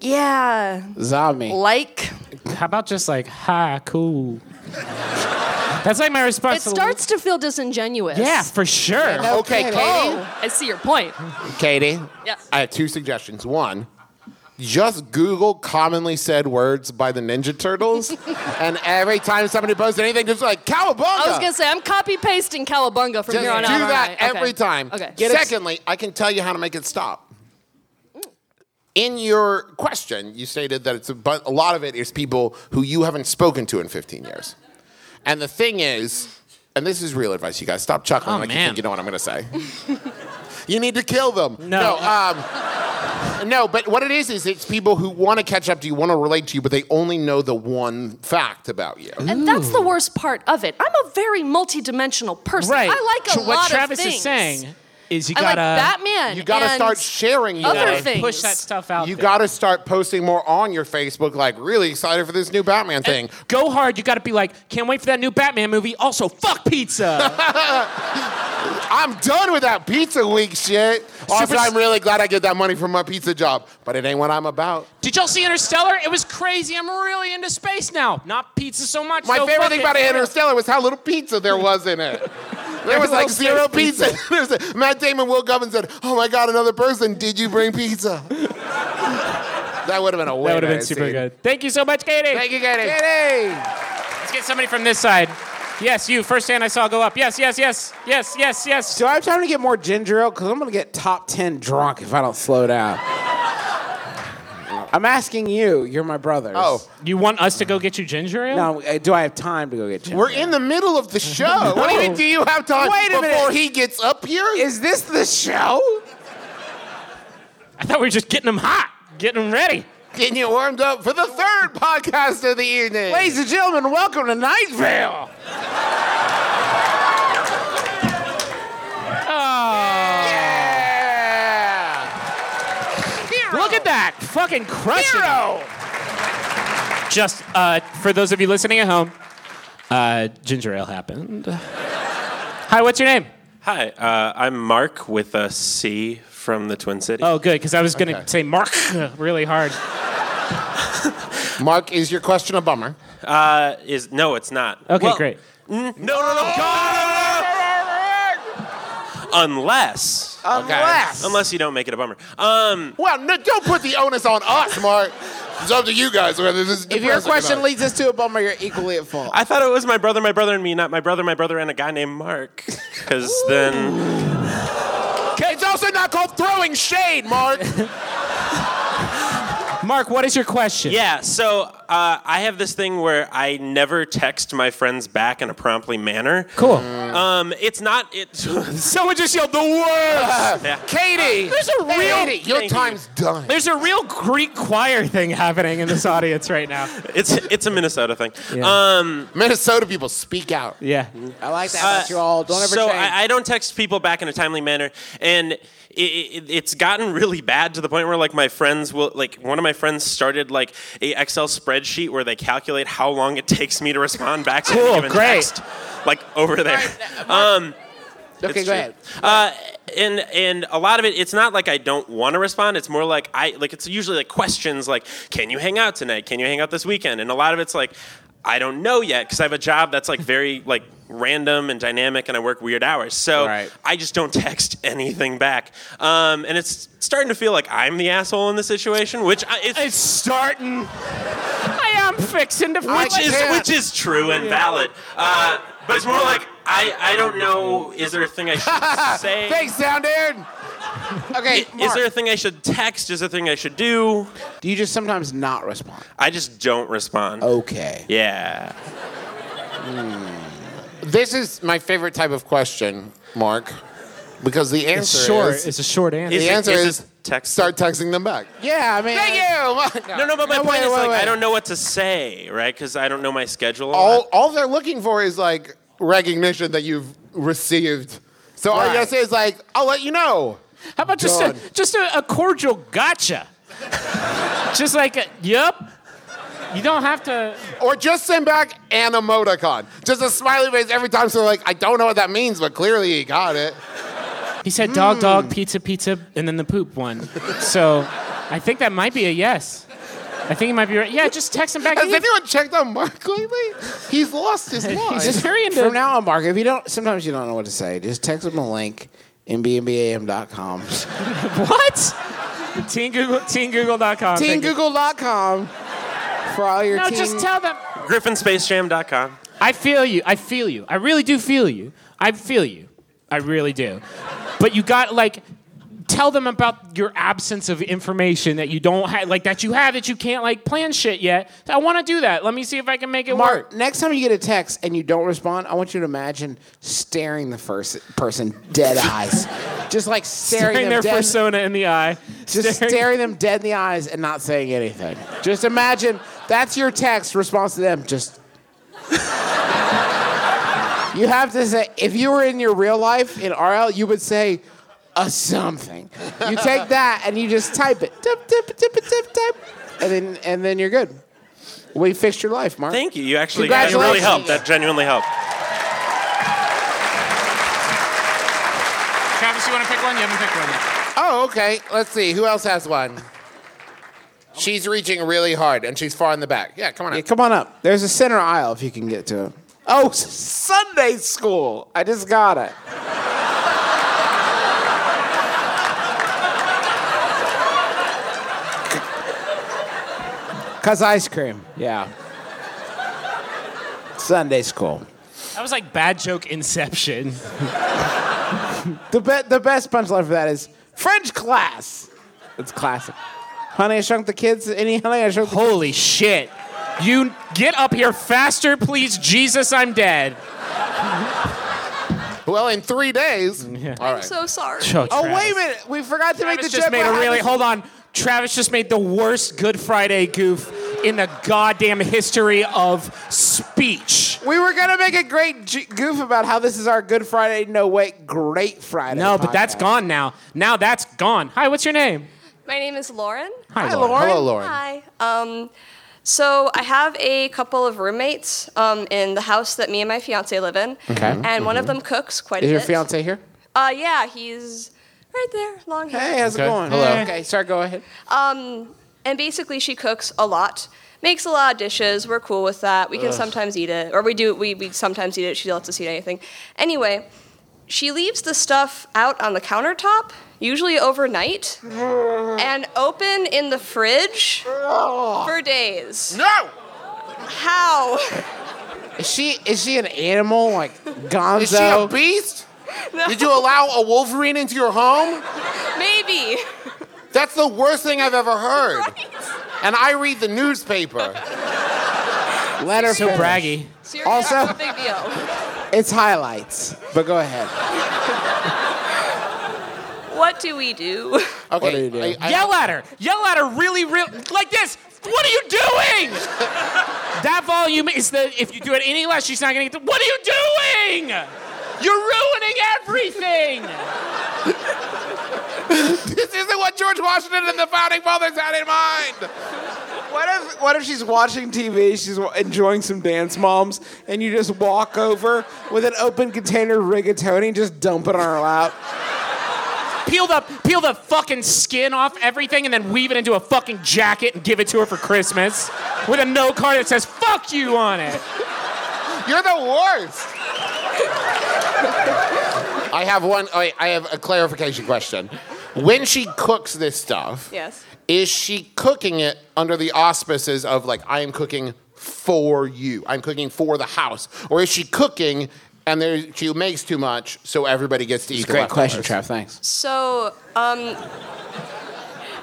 Speaker 10: yeah,
Speaker 3: Zombie.
Speaker 10: like
Speaker 4: How about just like, ha, cool. That's like my
Speaker 10: it
Speaker 4: response. to-
Speaker 10: starts to feel disingenuous.
Speaker 4: Yeah, for sure.
Speaker 5: Okay, Katie.
Speaker 10: I see your point.
Speaker 5: Katie,
Speaker 10: Yeah.
Speaker 5: I have two suggestions. One, just Google commonly said words by the Ninja [LAUGHS] Turtles, and every time somebody posts anything, just like cowabunga.
Speaker 10: I was gonna say I'm copy pasting Cowabunga from
Speaker 5: just
Speaker 10: here on
Speaker 5: do
Speaker 10: out. aren't
Speaker 5: that
Speaker 10: I?
Speaker 5: every
Speaker 10: Okay.
Speaker 5: time.
Speaker 10: Okay.
Speaker 5: Secondly, I can tell you how to make it stop. In your question, you stated that it's a, bu- a lot of it is people who you haven't spoken to in 15 years. And the thing is, and this is real advice, you guys. Stop chuckling
Speaker 4: Oh,
Speaker 5: like you
Speaker 4: man.
Speaker 5: think you know what I'm going to say. you need to kill them.
Speaker 4: No.
Speaker 5: no um, no, but what it is is it's people who want to catch up to you, want to relate to you, but they only know the one fact about you.
Speaker 10: And that's the worst part of it. I'm a very multidimensional person.
Speaker 5: Right.
Speaker 10: I like
Speaker 5: So
Speaker 10: a lot
Speaker 5: what
Speaker 10: of
Speaker 5: Travis is
Speaker 10: things.
Speaker 3: saying is you
Speaker 10: I like
Speaker 3: gotta
Speaker 10: Batman.
Speaker 5: You gotta
Speaker 10: and
Speaker 5: start sharing you
Speaker 10: other
Speaker 5: gotta
Speaker 10: things.
Speaker 3: push that stuff out.
Speaker 5: You
Speaker 3: there.
Speaker 5: got to start posting more on your Facebook, like really excited for this new Batman thing.
Speaker 3: go hard. You got to be like, can't wait for that new Batman movie. Also, fuck
Speaker 5: [LAUGHS]
Speaker 3: pizza.
Speaker 5: I'm done with that pizza week shit. Also,
Speaker 3: Super-
Speaker 5: I'm really glad I get that money from my pizza job, but it ain't what I'm about.
Speaker 3: Did y'all see Interstellar? It was crazy. I'm really into space now. Not pizza so much.
Speaker 5: My
Speaker 3: though,
Speaker 5: favorite
Speaker 3: fuck
Speaker 5: thing
Speaker 3: it.
Speaker 5: about Interstellar was how little pizza there was in it. There was like zero pizza. [LAUGHS] There was- Matt Damon, Will Govan said, "Oh my God, another person! Did you bring pizza?" [LAUGHS] that would have been a way
Speaker 3: That would have been
Speaker 5: better
Speaker 3: super
Speaker 5: scene.
Speaker 3: good. Thank you so much, Katie.
Speaker 5: Thank you, Katie.
Speaker 3: Let's get somebody from this side. Yes, you. First hand I saw go up. Yes, yes, yes, yes, yes, yes.
Speaker 12: Do I have time to get more ginger ale? Because I'm going to get top 10 drunk if I don't slow down. I'm asking you. You're my brothers.
Speaker 5: Oh,
Speaker 3: You want us to go get you ginger ale?
Speaker 12: Now, uh, do I have time to go get ginger
Speaker 5: we're in the middle
Speaker 3: [LAUGHS]
Speaker 5: of the show.
Speaker 12: [LAUGHS]
Speaker 5: What do you mean? Do you have time
Speaker 12: Wait a
Speaker 5: before
Speaker 12: minute.
Speaker 5: he gets up here?
Speaker 12: Is this the show?
Speaker 3: I thought we were just getting them hot, getting them ready.
Speaker 5: Getting you warmed up for the third podcast of the evening.
Speaker 12: Ladies and gentlemen, welcome to Night Vale.
Speaker 3: Oh.
Speaker 5: Yeah.
Speaker 3: Look at that. Fucking crushing. it. Just uh, for those of you listening at home, uh, ginger ale happened. Hi, what's your name?
Speaker 4: Hi, uh, I'm Mark with a C from the Twin Cities.
Speaker 3: Oh, good, because I was going to
Speaker 5: Okay.
Speaker 3: say Mark [LAUGHS] really hard.
Speaker 5: Mark, is your question a bummer?
Speaker 4: Uh, is no, it's not.
Speaker 3: Okay,
Speaker 4: Well,
Speaker 3: great.
Speaker 4: n- No, no, no. Unless,
Speaker 5: Unless.
Speaker 4: unless you don't make it a bummer. Um,
Speaker 5: Well, no, don't put the onus on us, Mark. It's up to you guys whether this is
Speaker 12: If your
Speaker 5: depressing
Speaker 12: question
Speaker 5: about it.
Speaker 12: leads us to a bummer, you're equally at fault.
Speaker 4: I thought it was my brother, my brother, and me, not my brother, my brother, and a guy named Mark. Because then,
Speaker 5: Okay, it's also not called throwing
Speaker 12: [LAUGHS]
Speaker 5: shade, Mark.
Speaker 3: Mark, what is your question?
Speaker 4: yeah. So uh, I have this thing where I never text my friends back in a promptly manner.
Speaker 3: Cool.
Speaker 4: Um, it's not. It's [LAUGHS]
Speaker 3: Someone just yelled the worst.
Speaker 5: [LAUGHS]
Speaker 4: yeah.
Speaker 5: Katie.
Speaker 3: There's a real-
Speaker 5: Katie, your
Speaker 4: Thank you.
Speaker 5: time's done.
Speaker 3: There's a real Greek choir thing happening in this audience right now.
Speaker 4: It's it's a Minnesota thing.
Speaker 3: Yeah.
Speaker 4: Um.
Speaker 5: Minnesota people speak out.
Speaker 3: Yeah.
Speaker 12: I like that
Speaker 3: Uh,
Speaker 12: about you all. Don't ever
Speaker 4: so
Speaker 12: change.
Speaker 4: I, I don't text people back in a timely manner, and it, it, it's gotten really bad to the point where like my friends will like one of my friends started like a Excel spreadsheet where they calculate how long it takes me to respond back to
Speaker 3: Cool,
Speaker 4: a given
Speaker 3: great.
Speaker 4: text, like over there. um,
Speaker 12: okay, go
Speaker 4: it's true.
Speaker 12: ahead.
Speaker 4: Uh, and and a lot of it, it's not like I don't want to respond. It's more like I like it's usually like questions like, can you hang out tonight? Can you hang out this weekend? And a lot of it's like, I don't know yet because I have a job that's like very like random and dynamic, and I work weird hours. So
Speaker 12: Right.
Speaker 4: I just don't [LAUGHS] text anything back. Um, and it's starting to feel like I'm the asshole in this situation, which I, it's,
Speaker 3: It's starting. I am fixing to
Speaker 4: which is
Speaker 5: can't.
Speaker 4: which is true and valid. Uh, but it's more like I I don't know. Is there a thing
Speaker 12: [LAUGHS]
Speaker 4: I should say?
Speaker 5: Thanks, Sound Aaron.
Speaker 12: Okay,
Speaker 4: Is there a thing I should text? Is there a thing I should do?
Speaker 12: do you just sometimes not respond?
Speaker 4: I just don't respond.
Speaker 3: Oh.
Speaker 12: Okay.
Speaker 4: Yeah.
Speaker 5: This is my favorite type of question, Mark, because the answer
Speaker 3: short.
Speaker 5: is
Speaker 3: It's a short answer.
Speaker 5: the
Speaker 4: Is it-
Speaker 5: answer
Speaker 4: is
Speaker 5: is,
Speaker 4: it text-
Speaker 5: start texting them back.
Speaker 12: Yeah, I mean,
Speaker 5: Thank you. [LAUGHS] Mark.
Speaker 4: No, no, but my
Speaker 12: No,
Speaker 4: point
Speaker 12: wait,
Speaker 4: is
Speaker 12: wait,
Speaker 4: like
Speaker 12: wait.
Speaker 4: I don't know what to say, right? Because I don't know my schedule. a
Speaker 5: all
Speaker 4: lot.
Speaker 5: all they're looking for is like recognition that you've received. So all you gotta
Speaker 12: Right.
Speaker 5: say is like, I'll let you know.
Speaker 3: How about just a,
Speaker 5: Done.
Speaker 3: just a, a cordial gotcha? just like, a, yep. You don't have to.
Speaker 5: Or just send back an emoticon. Just a smiley face every time. So like, I don't know what that means, but clearly he got it.
Speaker 3: He said dog,
Speaker 12: Hmm.
Speaker 3: dog, pizza, pizza, and then the poop one. So I think that might be a yes. I think he might be right. Yeah, just text him back.
Speaker 5: Has anyone checked on Mark lately? He's lost
Speaker 3: [LAUGHS]
Speaker 5: his mind.
Speaker 3: He's just very into.
Speaker 12: From now on, Mark, if you don't, sometimes you don't know what to say. Just text them a link, mbmbam.com,
Speaker 3: [LAUGHS] What? Teen Google, teengoogle.com. Thank you.
Speaker 12: teengoogle.com for all your
Speaker 3: No,
Speaker 12: teen-
Speaker 3: just tell them.
Speaker 4: GriffinSpaceJam.com.
Speaker 3: I feel you. I feel you. I really do feel you. I feel you. I really do. But you got like
Speaker 4: tell them about your absence of information that you don't have, like that you have that you can't like plan shit yet. I want to do that. Let me see if I can make it work.
Speaker 3: Mark, next time you get a text and you don't respond, I want you to imagine staring the first person
Speaker 4: [LAUGHS]
Speaker 3: dead eyes, just like staring,
Speaker 4: Staring
Speaker 3: them
Speaker 4: their
Speaker 3: dead,
Speaker 4: persona in the eye,
Speaker 3: just
Speaker 4: Staring-
Speaker 3: staring. them dead in the eyes and not saying anything. Just imagine that's your text response to them. Just [LAUGHS] you have to say if you were in your real life in RL, you would say a something. You take that and you just type it, tip, tip, tip, tip, tip, type, and then and then you're good. We fixed your life, Mark.
Speaker 13: Thank you. You actually that really helped.
Speaker 3: Congratulations.
Speaker 13: That genuinely helped.
Speaker 4: Travis, you want to pick one? You haven't picked one yet.
Speaker 5: Oh, okay. Let's see. Who else has one? She's reaching really hard and she's far in the back. Yeah, come on.
Speaker 3: Yeah,
Speaker 5: Up.
Speaker 3: come on up. There's a center aisle if you can get to it. Oh, s- Sunday school. I just got it. Cause ice cream. Yeah. Sunday school.
Speaker 4: That was like bad joke inception.
Speaker 3: The be- the best punchline for that is French class. It's classic. Honey, I shrunk the kids. Any honey, I shrunk. The
Speaker 4: Holy shit! You get up here faster, please, Jesus! I'm dead.
Speaker 5: Well, in three days. All right.
Speaker 10: So sorry.
Speaker 4: Cho-
Speaker 3: Oh
Speaker 4: Travis.
Speaker 3: wait a minute. We forgot to
Speaker 4: Travis
Speaker 3: make the
Speaker 4: just
Speaker 3: joke
Speaker 4: made a
Speaker 3: about
Speaker 4: really
Speaker 3: having-
Speaker 4: hold on. Travis just made the worst Good Friday goof in the goddamn history of speech.
Speaker 3: We were gonna make a great j- goof about how this is our Good Friday. No wait, Great Friday.
Speaker 4: No, but that's
Speaker 3: podcast.
Speaker 4: gone now. Now that's gone. Hi, what's your name?
Speaker 10: My name is Lauren.
Speaker 4: Hi,
Speaker 5: Hello, Lauren.
Speaker 10: Hi. Um, so I have a couple of roommates um, in the house that me and my fiance live in.
Speaker 3: Okay. Mm-hmm.
Speaker 10: And one of them cooks quite
Speaker 3: Is
Speaker 10: a
Speaker 3: your
Speaker 10: bit.
Speaker 3: fiance here?
Speaker 10: Uh, yeah, he's right there, long hair.
Speaker 3: Hey, how's
Speaker 5: Okay.
Speaker 3: it going?
Speaker 5: Hello.
Speaker 3: Okay, sorry. Go ahead.
Speaker 10: Um, and basically, she cooks a lot, makes a lot of dishes. We're cool with that. We can sometimes eat it, or we do. We, we sometimes eat it. She lets us eat anything. Anyway, she leaves the stuff out on the countertop, usually overnight, and open in the fridge for days.
Speaker 5: No!
Speaker 10: How? [LAUGHS]
Speaker 3: Is she is she an animal like Gonzo?
Speaker 5: Is she a
Speaker 10: [LAUGHS]
Speaker 5: beast? Did you allow a wolverine into your home?
Speaker 10: Maybe.
Speaker 5: That's the worst thing I've ever heard.
Speaker 10: Right?
Speaker 5: And I read the newspaper.
Speaker 3: Let her
Speaker 4: So
Speaker 3: finish.
Speaker 4: braggy.
Speaker 10: Seriously,
Speaker 3: Also-
Speaker 10: no big deal.
Speaker 3: It's highlights, but go ahead.
Speaker 10: What do we do?
Speaker 5: Okay.
Speaker 3: do you do?
Speaker 5: I- [LAUGHS] I-
Speaker 4: Yell at her. Yell at her really, real like this. What are you doing? that volume is the if you do it any less, she's not gonna get the What are you doing? You're ruining everything!
Speaker 5: this isn't what George Washington and the founding fathers had in mind.
Speaker 3: What if [LAUGHS] what if she's watching TV, she's wa- enjoying some dance moms, and you just walk over with an open container of rigatoni, and just dump it on her lap?
Speaker 4: peel the peel the fucking skin off everything and then weave it into a fucking jacket and give it to her for Christmas with a note card that says "fuck you" on it.
Speaker 5: You're the worst. I have one. oh, I, I have a clarification question. When she cooks this stuff,
Speaker 10: Yes.
Speaker 5: is she cooking it under the auspices of like I am cooking for you? I'm cooking for the house, or is she cooking and there she makes too much so everybody gets to eat? the leftovers?
Speaker 3: Trav. Thanks.
Speaker 10: So, um,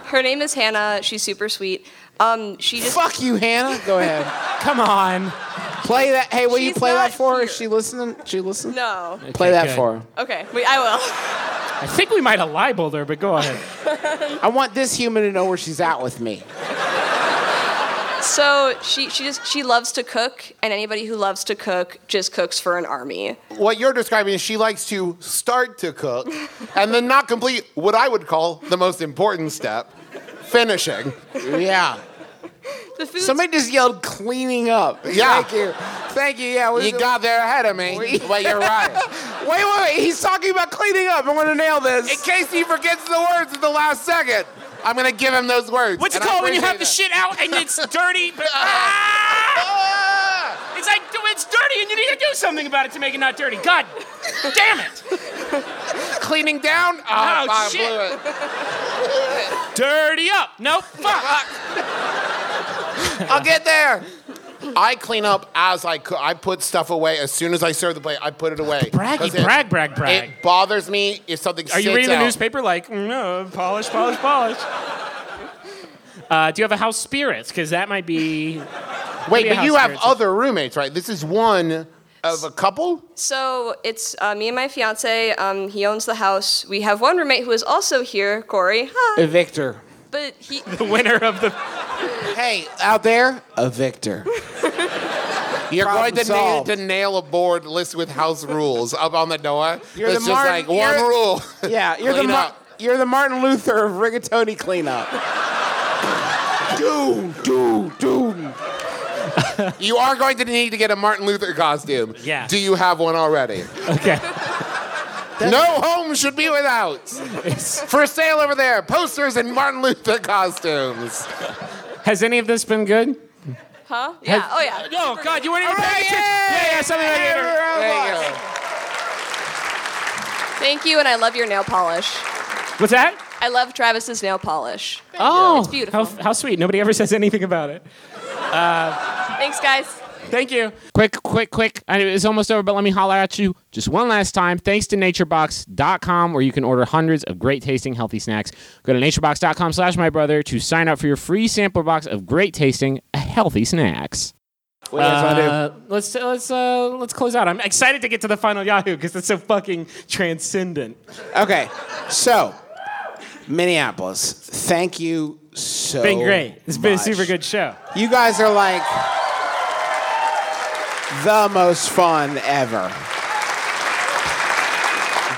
Speaker 10: her name is Hannah. She's super sweet. Um, she just
Speaker 3: [LAUGHS] Fuck you, Hannah. Go ahead.
Speaker 4: Come on.
Speaker 3: Play that. Hey, will you
Speaker 10: She's
Speaker 3: play
Speaker 10: not
Speaker 3: that for her?
Speaker 10: here.
Speaker 3: Is she listening? She listening?
Speaker 10: no.
Speaker 3: Play that
Speaker 4: good.
Speaker 3: for her.
Speaker 10: Okay, wait, I will.
Speaker 4: I think we might have libeled her, but go ahead.
Speaker 3: [LAUGHS] I want this human to know where she's at with me.
Speaker 10: So she she just she loves to cook, and anybody who loves to cook just cooks for an army.
Speaker 5: What you're describing is she likes to start to cook and then not complete what I would call the most important step, finishing.
Speaker 3: Yeah.
Speaker 10: The food.
Speaker 3: Somebody just yelled cleaning up.
Speaker 5: Yeah.
Speaker 3: Thank you. Thank you. Yeah. we-
Speaker 5: You got there ahead of me, but you're right.
Speaker 3: [LAUGHS] Wait, wait, wait. He's talking about cleaning up. I want to nail
Speaker 5: In
Speaker 3: this.
Speaker 5: case he forgets the words at the last second, I'm gonna give him those words.
Speaker 4: What's it
Speaker 5: and I
Speaker 4: called when you
Speaker 5: appreciate
Speaker 4: have the shit out
Speaker 5: that.
Speaker 4: and it's dirty? But,
Speaker 5: [LAUGHS]
Speaker 4: ah!
Speaker 5: Ah!
Speaker 4: It's like it's dirty and you need to do something about it to make it not dirty. God damn it!
Speaker 5: Cleaning down? Oh,
Speaker 4: Oh,
Speaker 5: I
Speaker 4: shit.
Speaker 5: blew it.
Speaker 4: Dirty up. Nope. Fuck.
Speaker 5: I'll get there. I clean up as I cook. I put stuff away as soon as I serve the plate. I put it away.
Speaker 3: Braggy,
Speaker 5: 'Cause it-
Speaker 3: brag, brag, brag.
Speaker 5: It bothers me if something.
Speaker 3: Are you
Speaker 5: sits
Speaker 3: reading
Speaker 5: out.
Speaker 3: the newspaper? Like, mm, no, polish, polish, polish. Uh, do you have a house spirits? Because that might be.
Speaker 5: Wait,
Speaker 3: Maybe
Speaker 5: but
Speaker 3: house
Speaker 5: you have
Speaker 3: spirits.
Speaker 5: other roommates, right? This is one of a couple.
Speaker 10: So it's uh, me and my fiance. Um, he owns the house. We have one roommate who is also here, Corey. Hi.
Speaker 2: Evictor.
Speaker 10: But
Speaker 3: [LAUGHS]
Speaker 10: he.
Speaker 3: The winner of the.
Speaker 5: Hey,
Speaker 2: Out there, a victor.
Speaker 5: You're
Speaker 2: Problem
Speaker 5: going to nail,
Speaker 2: solved.
Speaker 5: to nail a board list with house rules up on the door.
Speaker 2: You're
Speaker 5: It's
Speaker 2: the
Speaker 5: just
Speaker 2: Martin-
Speaker 5: like one
Speaker 2: you're-
Speaker 5: rule.
Speaker 2: Yeah, you're the
Speaker 5: [LAUGHS] Clean
Speaker 2: Mar-
Speaker 5: up.
Speaker 2: you're the Martin Luther of rigatoni cleanup. doom, doom, doom.
Speaker 5: You are going to need to get a Martin Luther costume.
Speaker 3: Yeah.
Speaker 5: Do you have one already?
Speaker 3: Okay.
Speaker 5: [LAUGHS] no home should be without.
Speaker 3: It's-
Speaker 5: For sale over there, posters and Martin Luther costumes.
Speaker 3: Has any of this been good?
Speaker 10: Huh? Yeah. Oh yeah.
Speaker 3: No, God, you weren't even paying attention.
Speaker 5: yeah,
Speaker 3: Yeah, yeah, something like that.
Speaker 5: There you go.
Speaker 10: Thank you, and I love your nail polish.
Speaker 3: What's that?
Speaker 10: I love Travis's nail polish.
Speaker 3: Oh,
Speaker 10: It's beautiful.
Speaker 3: How, how sweet. Nobody ever says anything about it.
Speaker 10: Thanks, guys.
Speaker 3: Thank you.
Speaker 14: Quick, quick, quick. I know it's almost over, but let me holler at you just one last time. Thanks to naturebox.com, where you can order hundreds of great tasting healthy snacks. Go to naturebox.com slash my brother to sign up for your free sampler box of great tasting healthy snacks.
Speaker 2: What do you guys want to do?
Speaker 3: Uh, let's let's uh, let's close out. I'm excited to get to the final Yahoo because it's so fucking transcendent.
Speaker 2: Okay, so Minneapolis, thank you so.
Speaker 3: been great. It's been
Speaker 2: much.
Speaker 3: a super good show.
Speaker 2: You guys are like the most fun ever.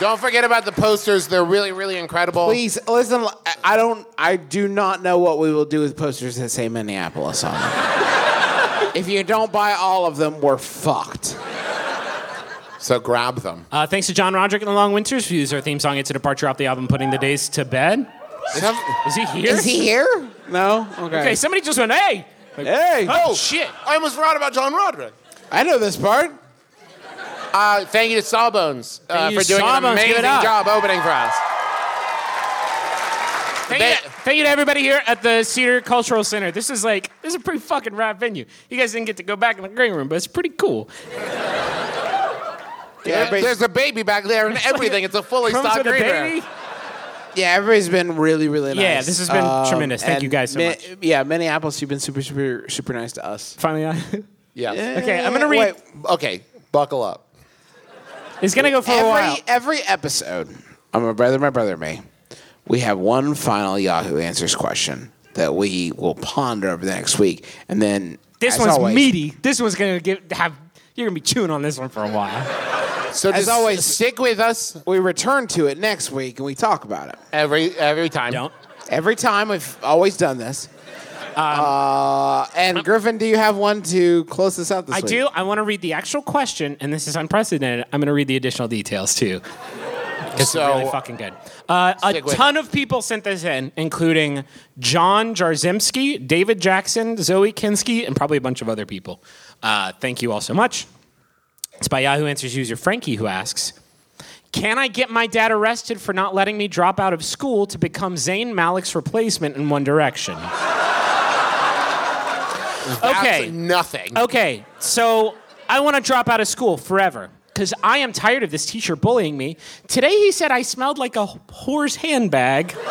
Speaker 5: Don't forget about the posters. They're really, really incredible.
Speaker 2: Please listen. I- I don't. I do not know what we will do with posters that say Minneapolis on
Speaker 3: [LAUGHS]
Speaker 2: them. if you don't buy all of them, we're fucked.
Speaker 5: So grab them.
Speaker 3: Uh, thanks to John Roderick and the Long Winters for using our theme song. It's a departure off the album Putting the Days to Bed. Is he here?
Speaker 2: Is he here? No. Okay.
Speaker 3: Okay, somebody just went, hey! Like,
Speaker 2: Hey.
Speaker 3: Oh, shit.
Speaker 5: I almost forgot about John Roderick.
Speaker 2: I know this part.
Speaker 5: Uh, thank you to Sawbones uh,
Speaker 3: Thank you,
Speaker 5: for doing
Speaker 3: Sawbones.
Speaker 5: an
Speaker 3: Give it
Speaker 5: amazing
Speaker 3: up.
Speaker 5: job opening for us.
Speaker 3: Thank, you to, thank you to everybody here at the Cedar Cultural Center. This is like, this is a pretty fucking rad venue. You guys didn't get to go back in the green room, but it's pretty cool.
Speaker 2: Yeah,
Speaker 5: There-
Speaker 2: everybody's,
Speaker 5: There's a baby back
Speaker 3: [LAUGHS]
Speaker 5: there and everything. It's a fully
Speaker 3: Comes with
Speaker 5: stocked
Speaker 3: a
Speaker 5: green room.
Speaker 3: baby?
Speaker 2: yeah, everybody's been really, really nice. Um,
Speaker 3: Yeah, this has been tremendous. Thank you
Speaker 2: and
Speaker 3: guys so
Speaker 2: Mi-
Speaker 3: much.
Speaker 2: Yeah, Minneapolis, you've been super, super, super nice to us.
Speaker 3: Finally, I,
Speaker 5: Yeah.
Speaker 3: okay, I'm gonna
Speaker 2: Wait,
Speaker 3: read.
Speaker 5: Okay, buckle up.
Speaker 3: It's gonna go for a while.
Speaker 2: every, e-, every episode, I'm a brother, my brother, me. We have one final Yahoo Answers question that we will ponder over the next week, and then
Speaker 3: This
Speaker 2: as
Speaker 3: one's
Speaker 2: always,
Speaker 3: meaty. This one's gonna get have. You're gonna be chewing on this one for a while.
Speaker 5: So
Speaker 2: As
Speaker 5: just
Speaker 2: always-
Speaker 5: stick with us
Speaker 2: We return to it next week and we talk about it.
Speaker 5: every every time.
Speaker 3: Don't.
Speaker 2: Every time we've always done this. uh, and Griffin, do you have one to close this out this
Speaker 3: I
Speaker 2: week?
Speaker 3: do. I want to read the actual question, and this is unprecedented. I'm gonna read the additional details too.
Speaker 5: So
Speaker 3: really fucking good. Uh, a
Speaker 5: Stick with
Speaker 3: ton of people sent this in, including John Jarzimski, David Jackson, Zoe Kinsky, and probably a bunch of other people. Uh, thank you all so much. It's by Yahoo Answers user Frankie who asks, "Can I get my dad arrested for not letting me drop out of school to become Zayn Malik's replacement in One Direction?"
Speaker 5: absolutely
Speaker 3: okay.
Speaker 5: nothing.
Speaker 3: Okay, so I want to drop out of school forever because I am tired of this teacher bullying me. Today he said I smelled like a whore's handbag. [LAUGHS]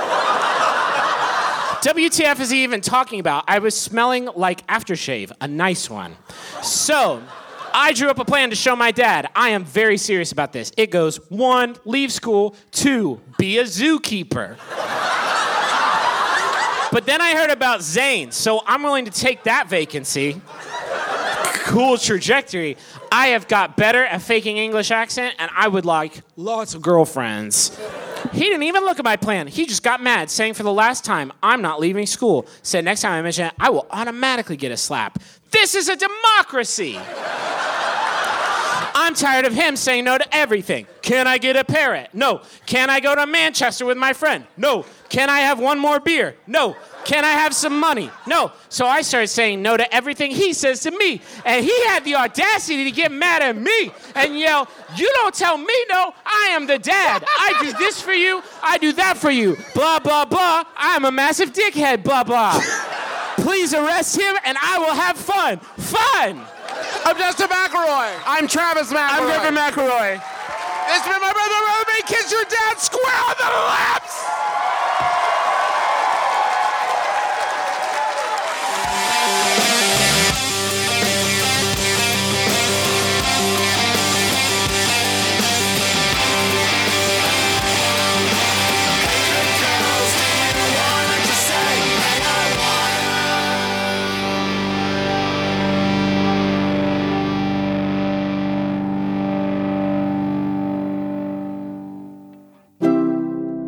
Speaker 3: WTF is he even talking about? I was smelling like aftershave, a nice one. So. I drew up a plan to show my dad. I am very serious about this. It goes one, leave school, two, be a zookeeper. but then I heard about Zane, so I'm willing to take that vacancy cool trajectory. I have got better at faking English accent, and I would like lots of girlfriends. He didn't even look at my plan. He just got mad, saying for the last time, I'm not leaving school. Said next time I mention it, I will automatically get a slap. This is a democracy. I'm tired of him saying no to everything. Can I get a parrot? No. Can I go to Manchester with my friend? No. Can I have one more beer? No. Can I have some money? No. So I started saying no to everything he says to me. And he had the audacity to get mad at me and yell, You don't tell me no. I am the dad. I do this for you. I do that for you. Blah, blah, blah. I'm a massive dickhead. Blah, blah. Please arrest him, and I will have fun. Fun.
Speaker 5: I'm Justin McElroy.
Speaker 3: I'm
Speaker 5: Travis McElroy.
Speaker 3: I'm Griffin McElroy.
Speaker 5: It's been my brother Roby. Kiss your dad square on the lips.
Speaker 2: MaximumFun.org.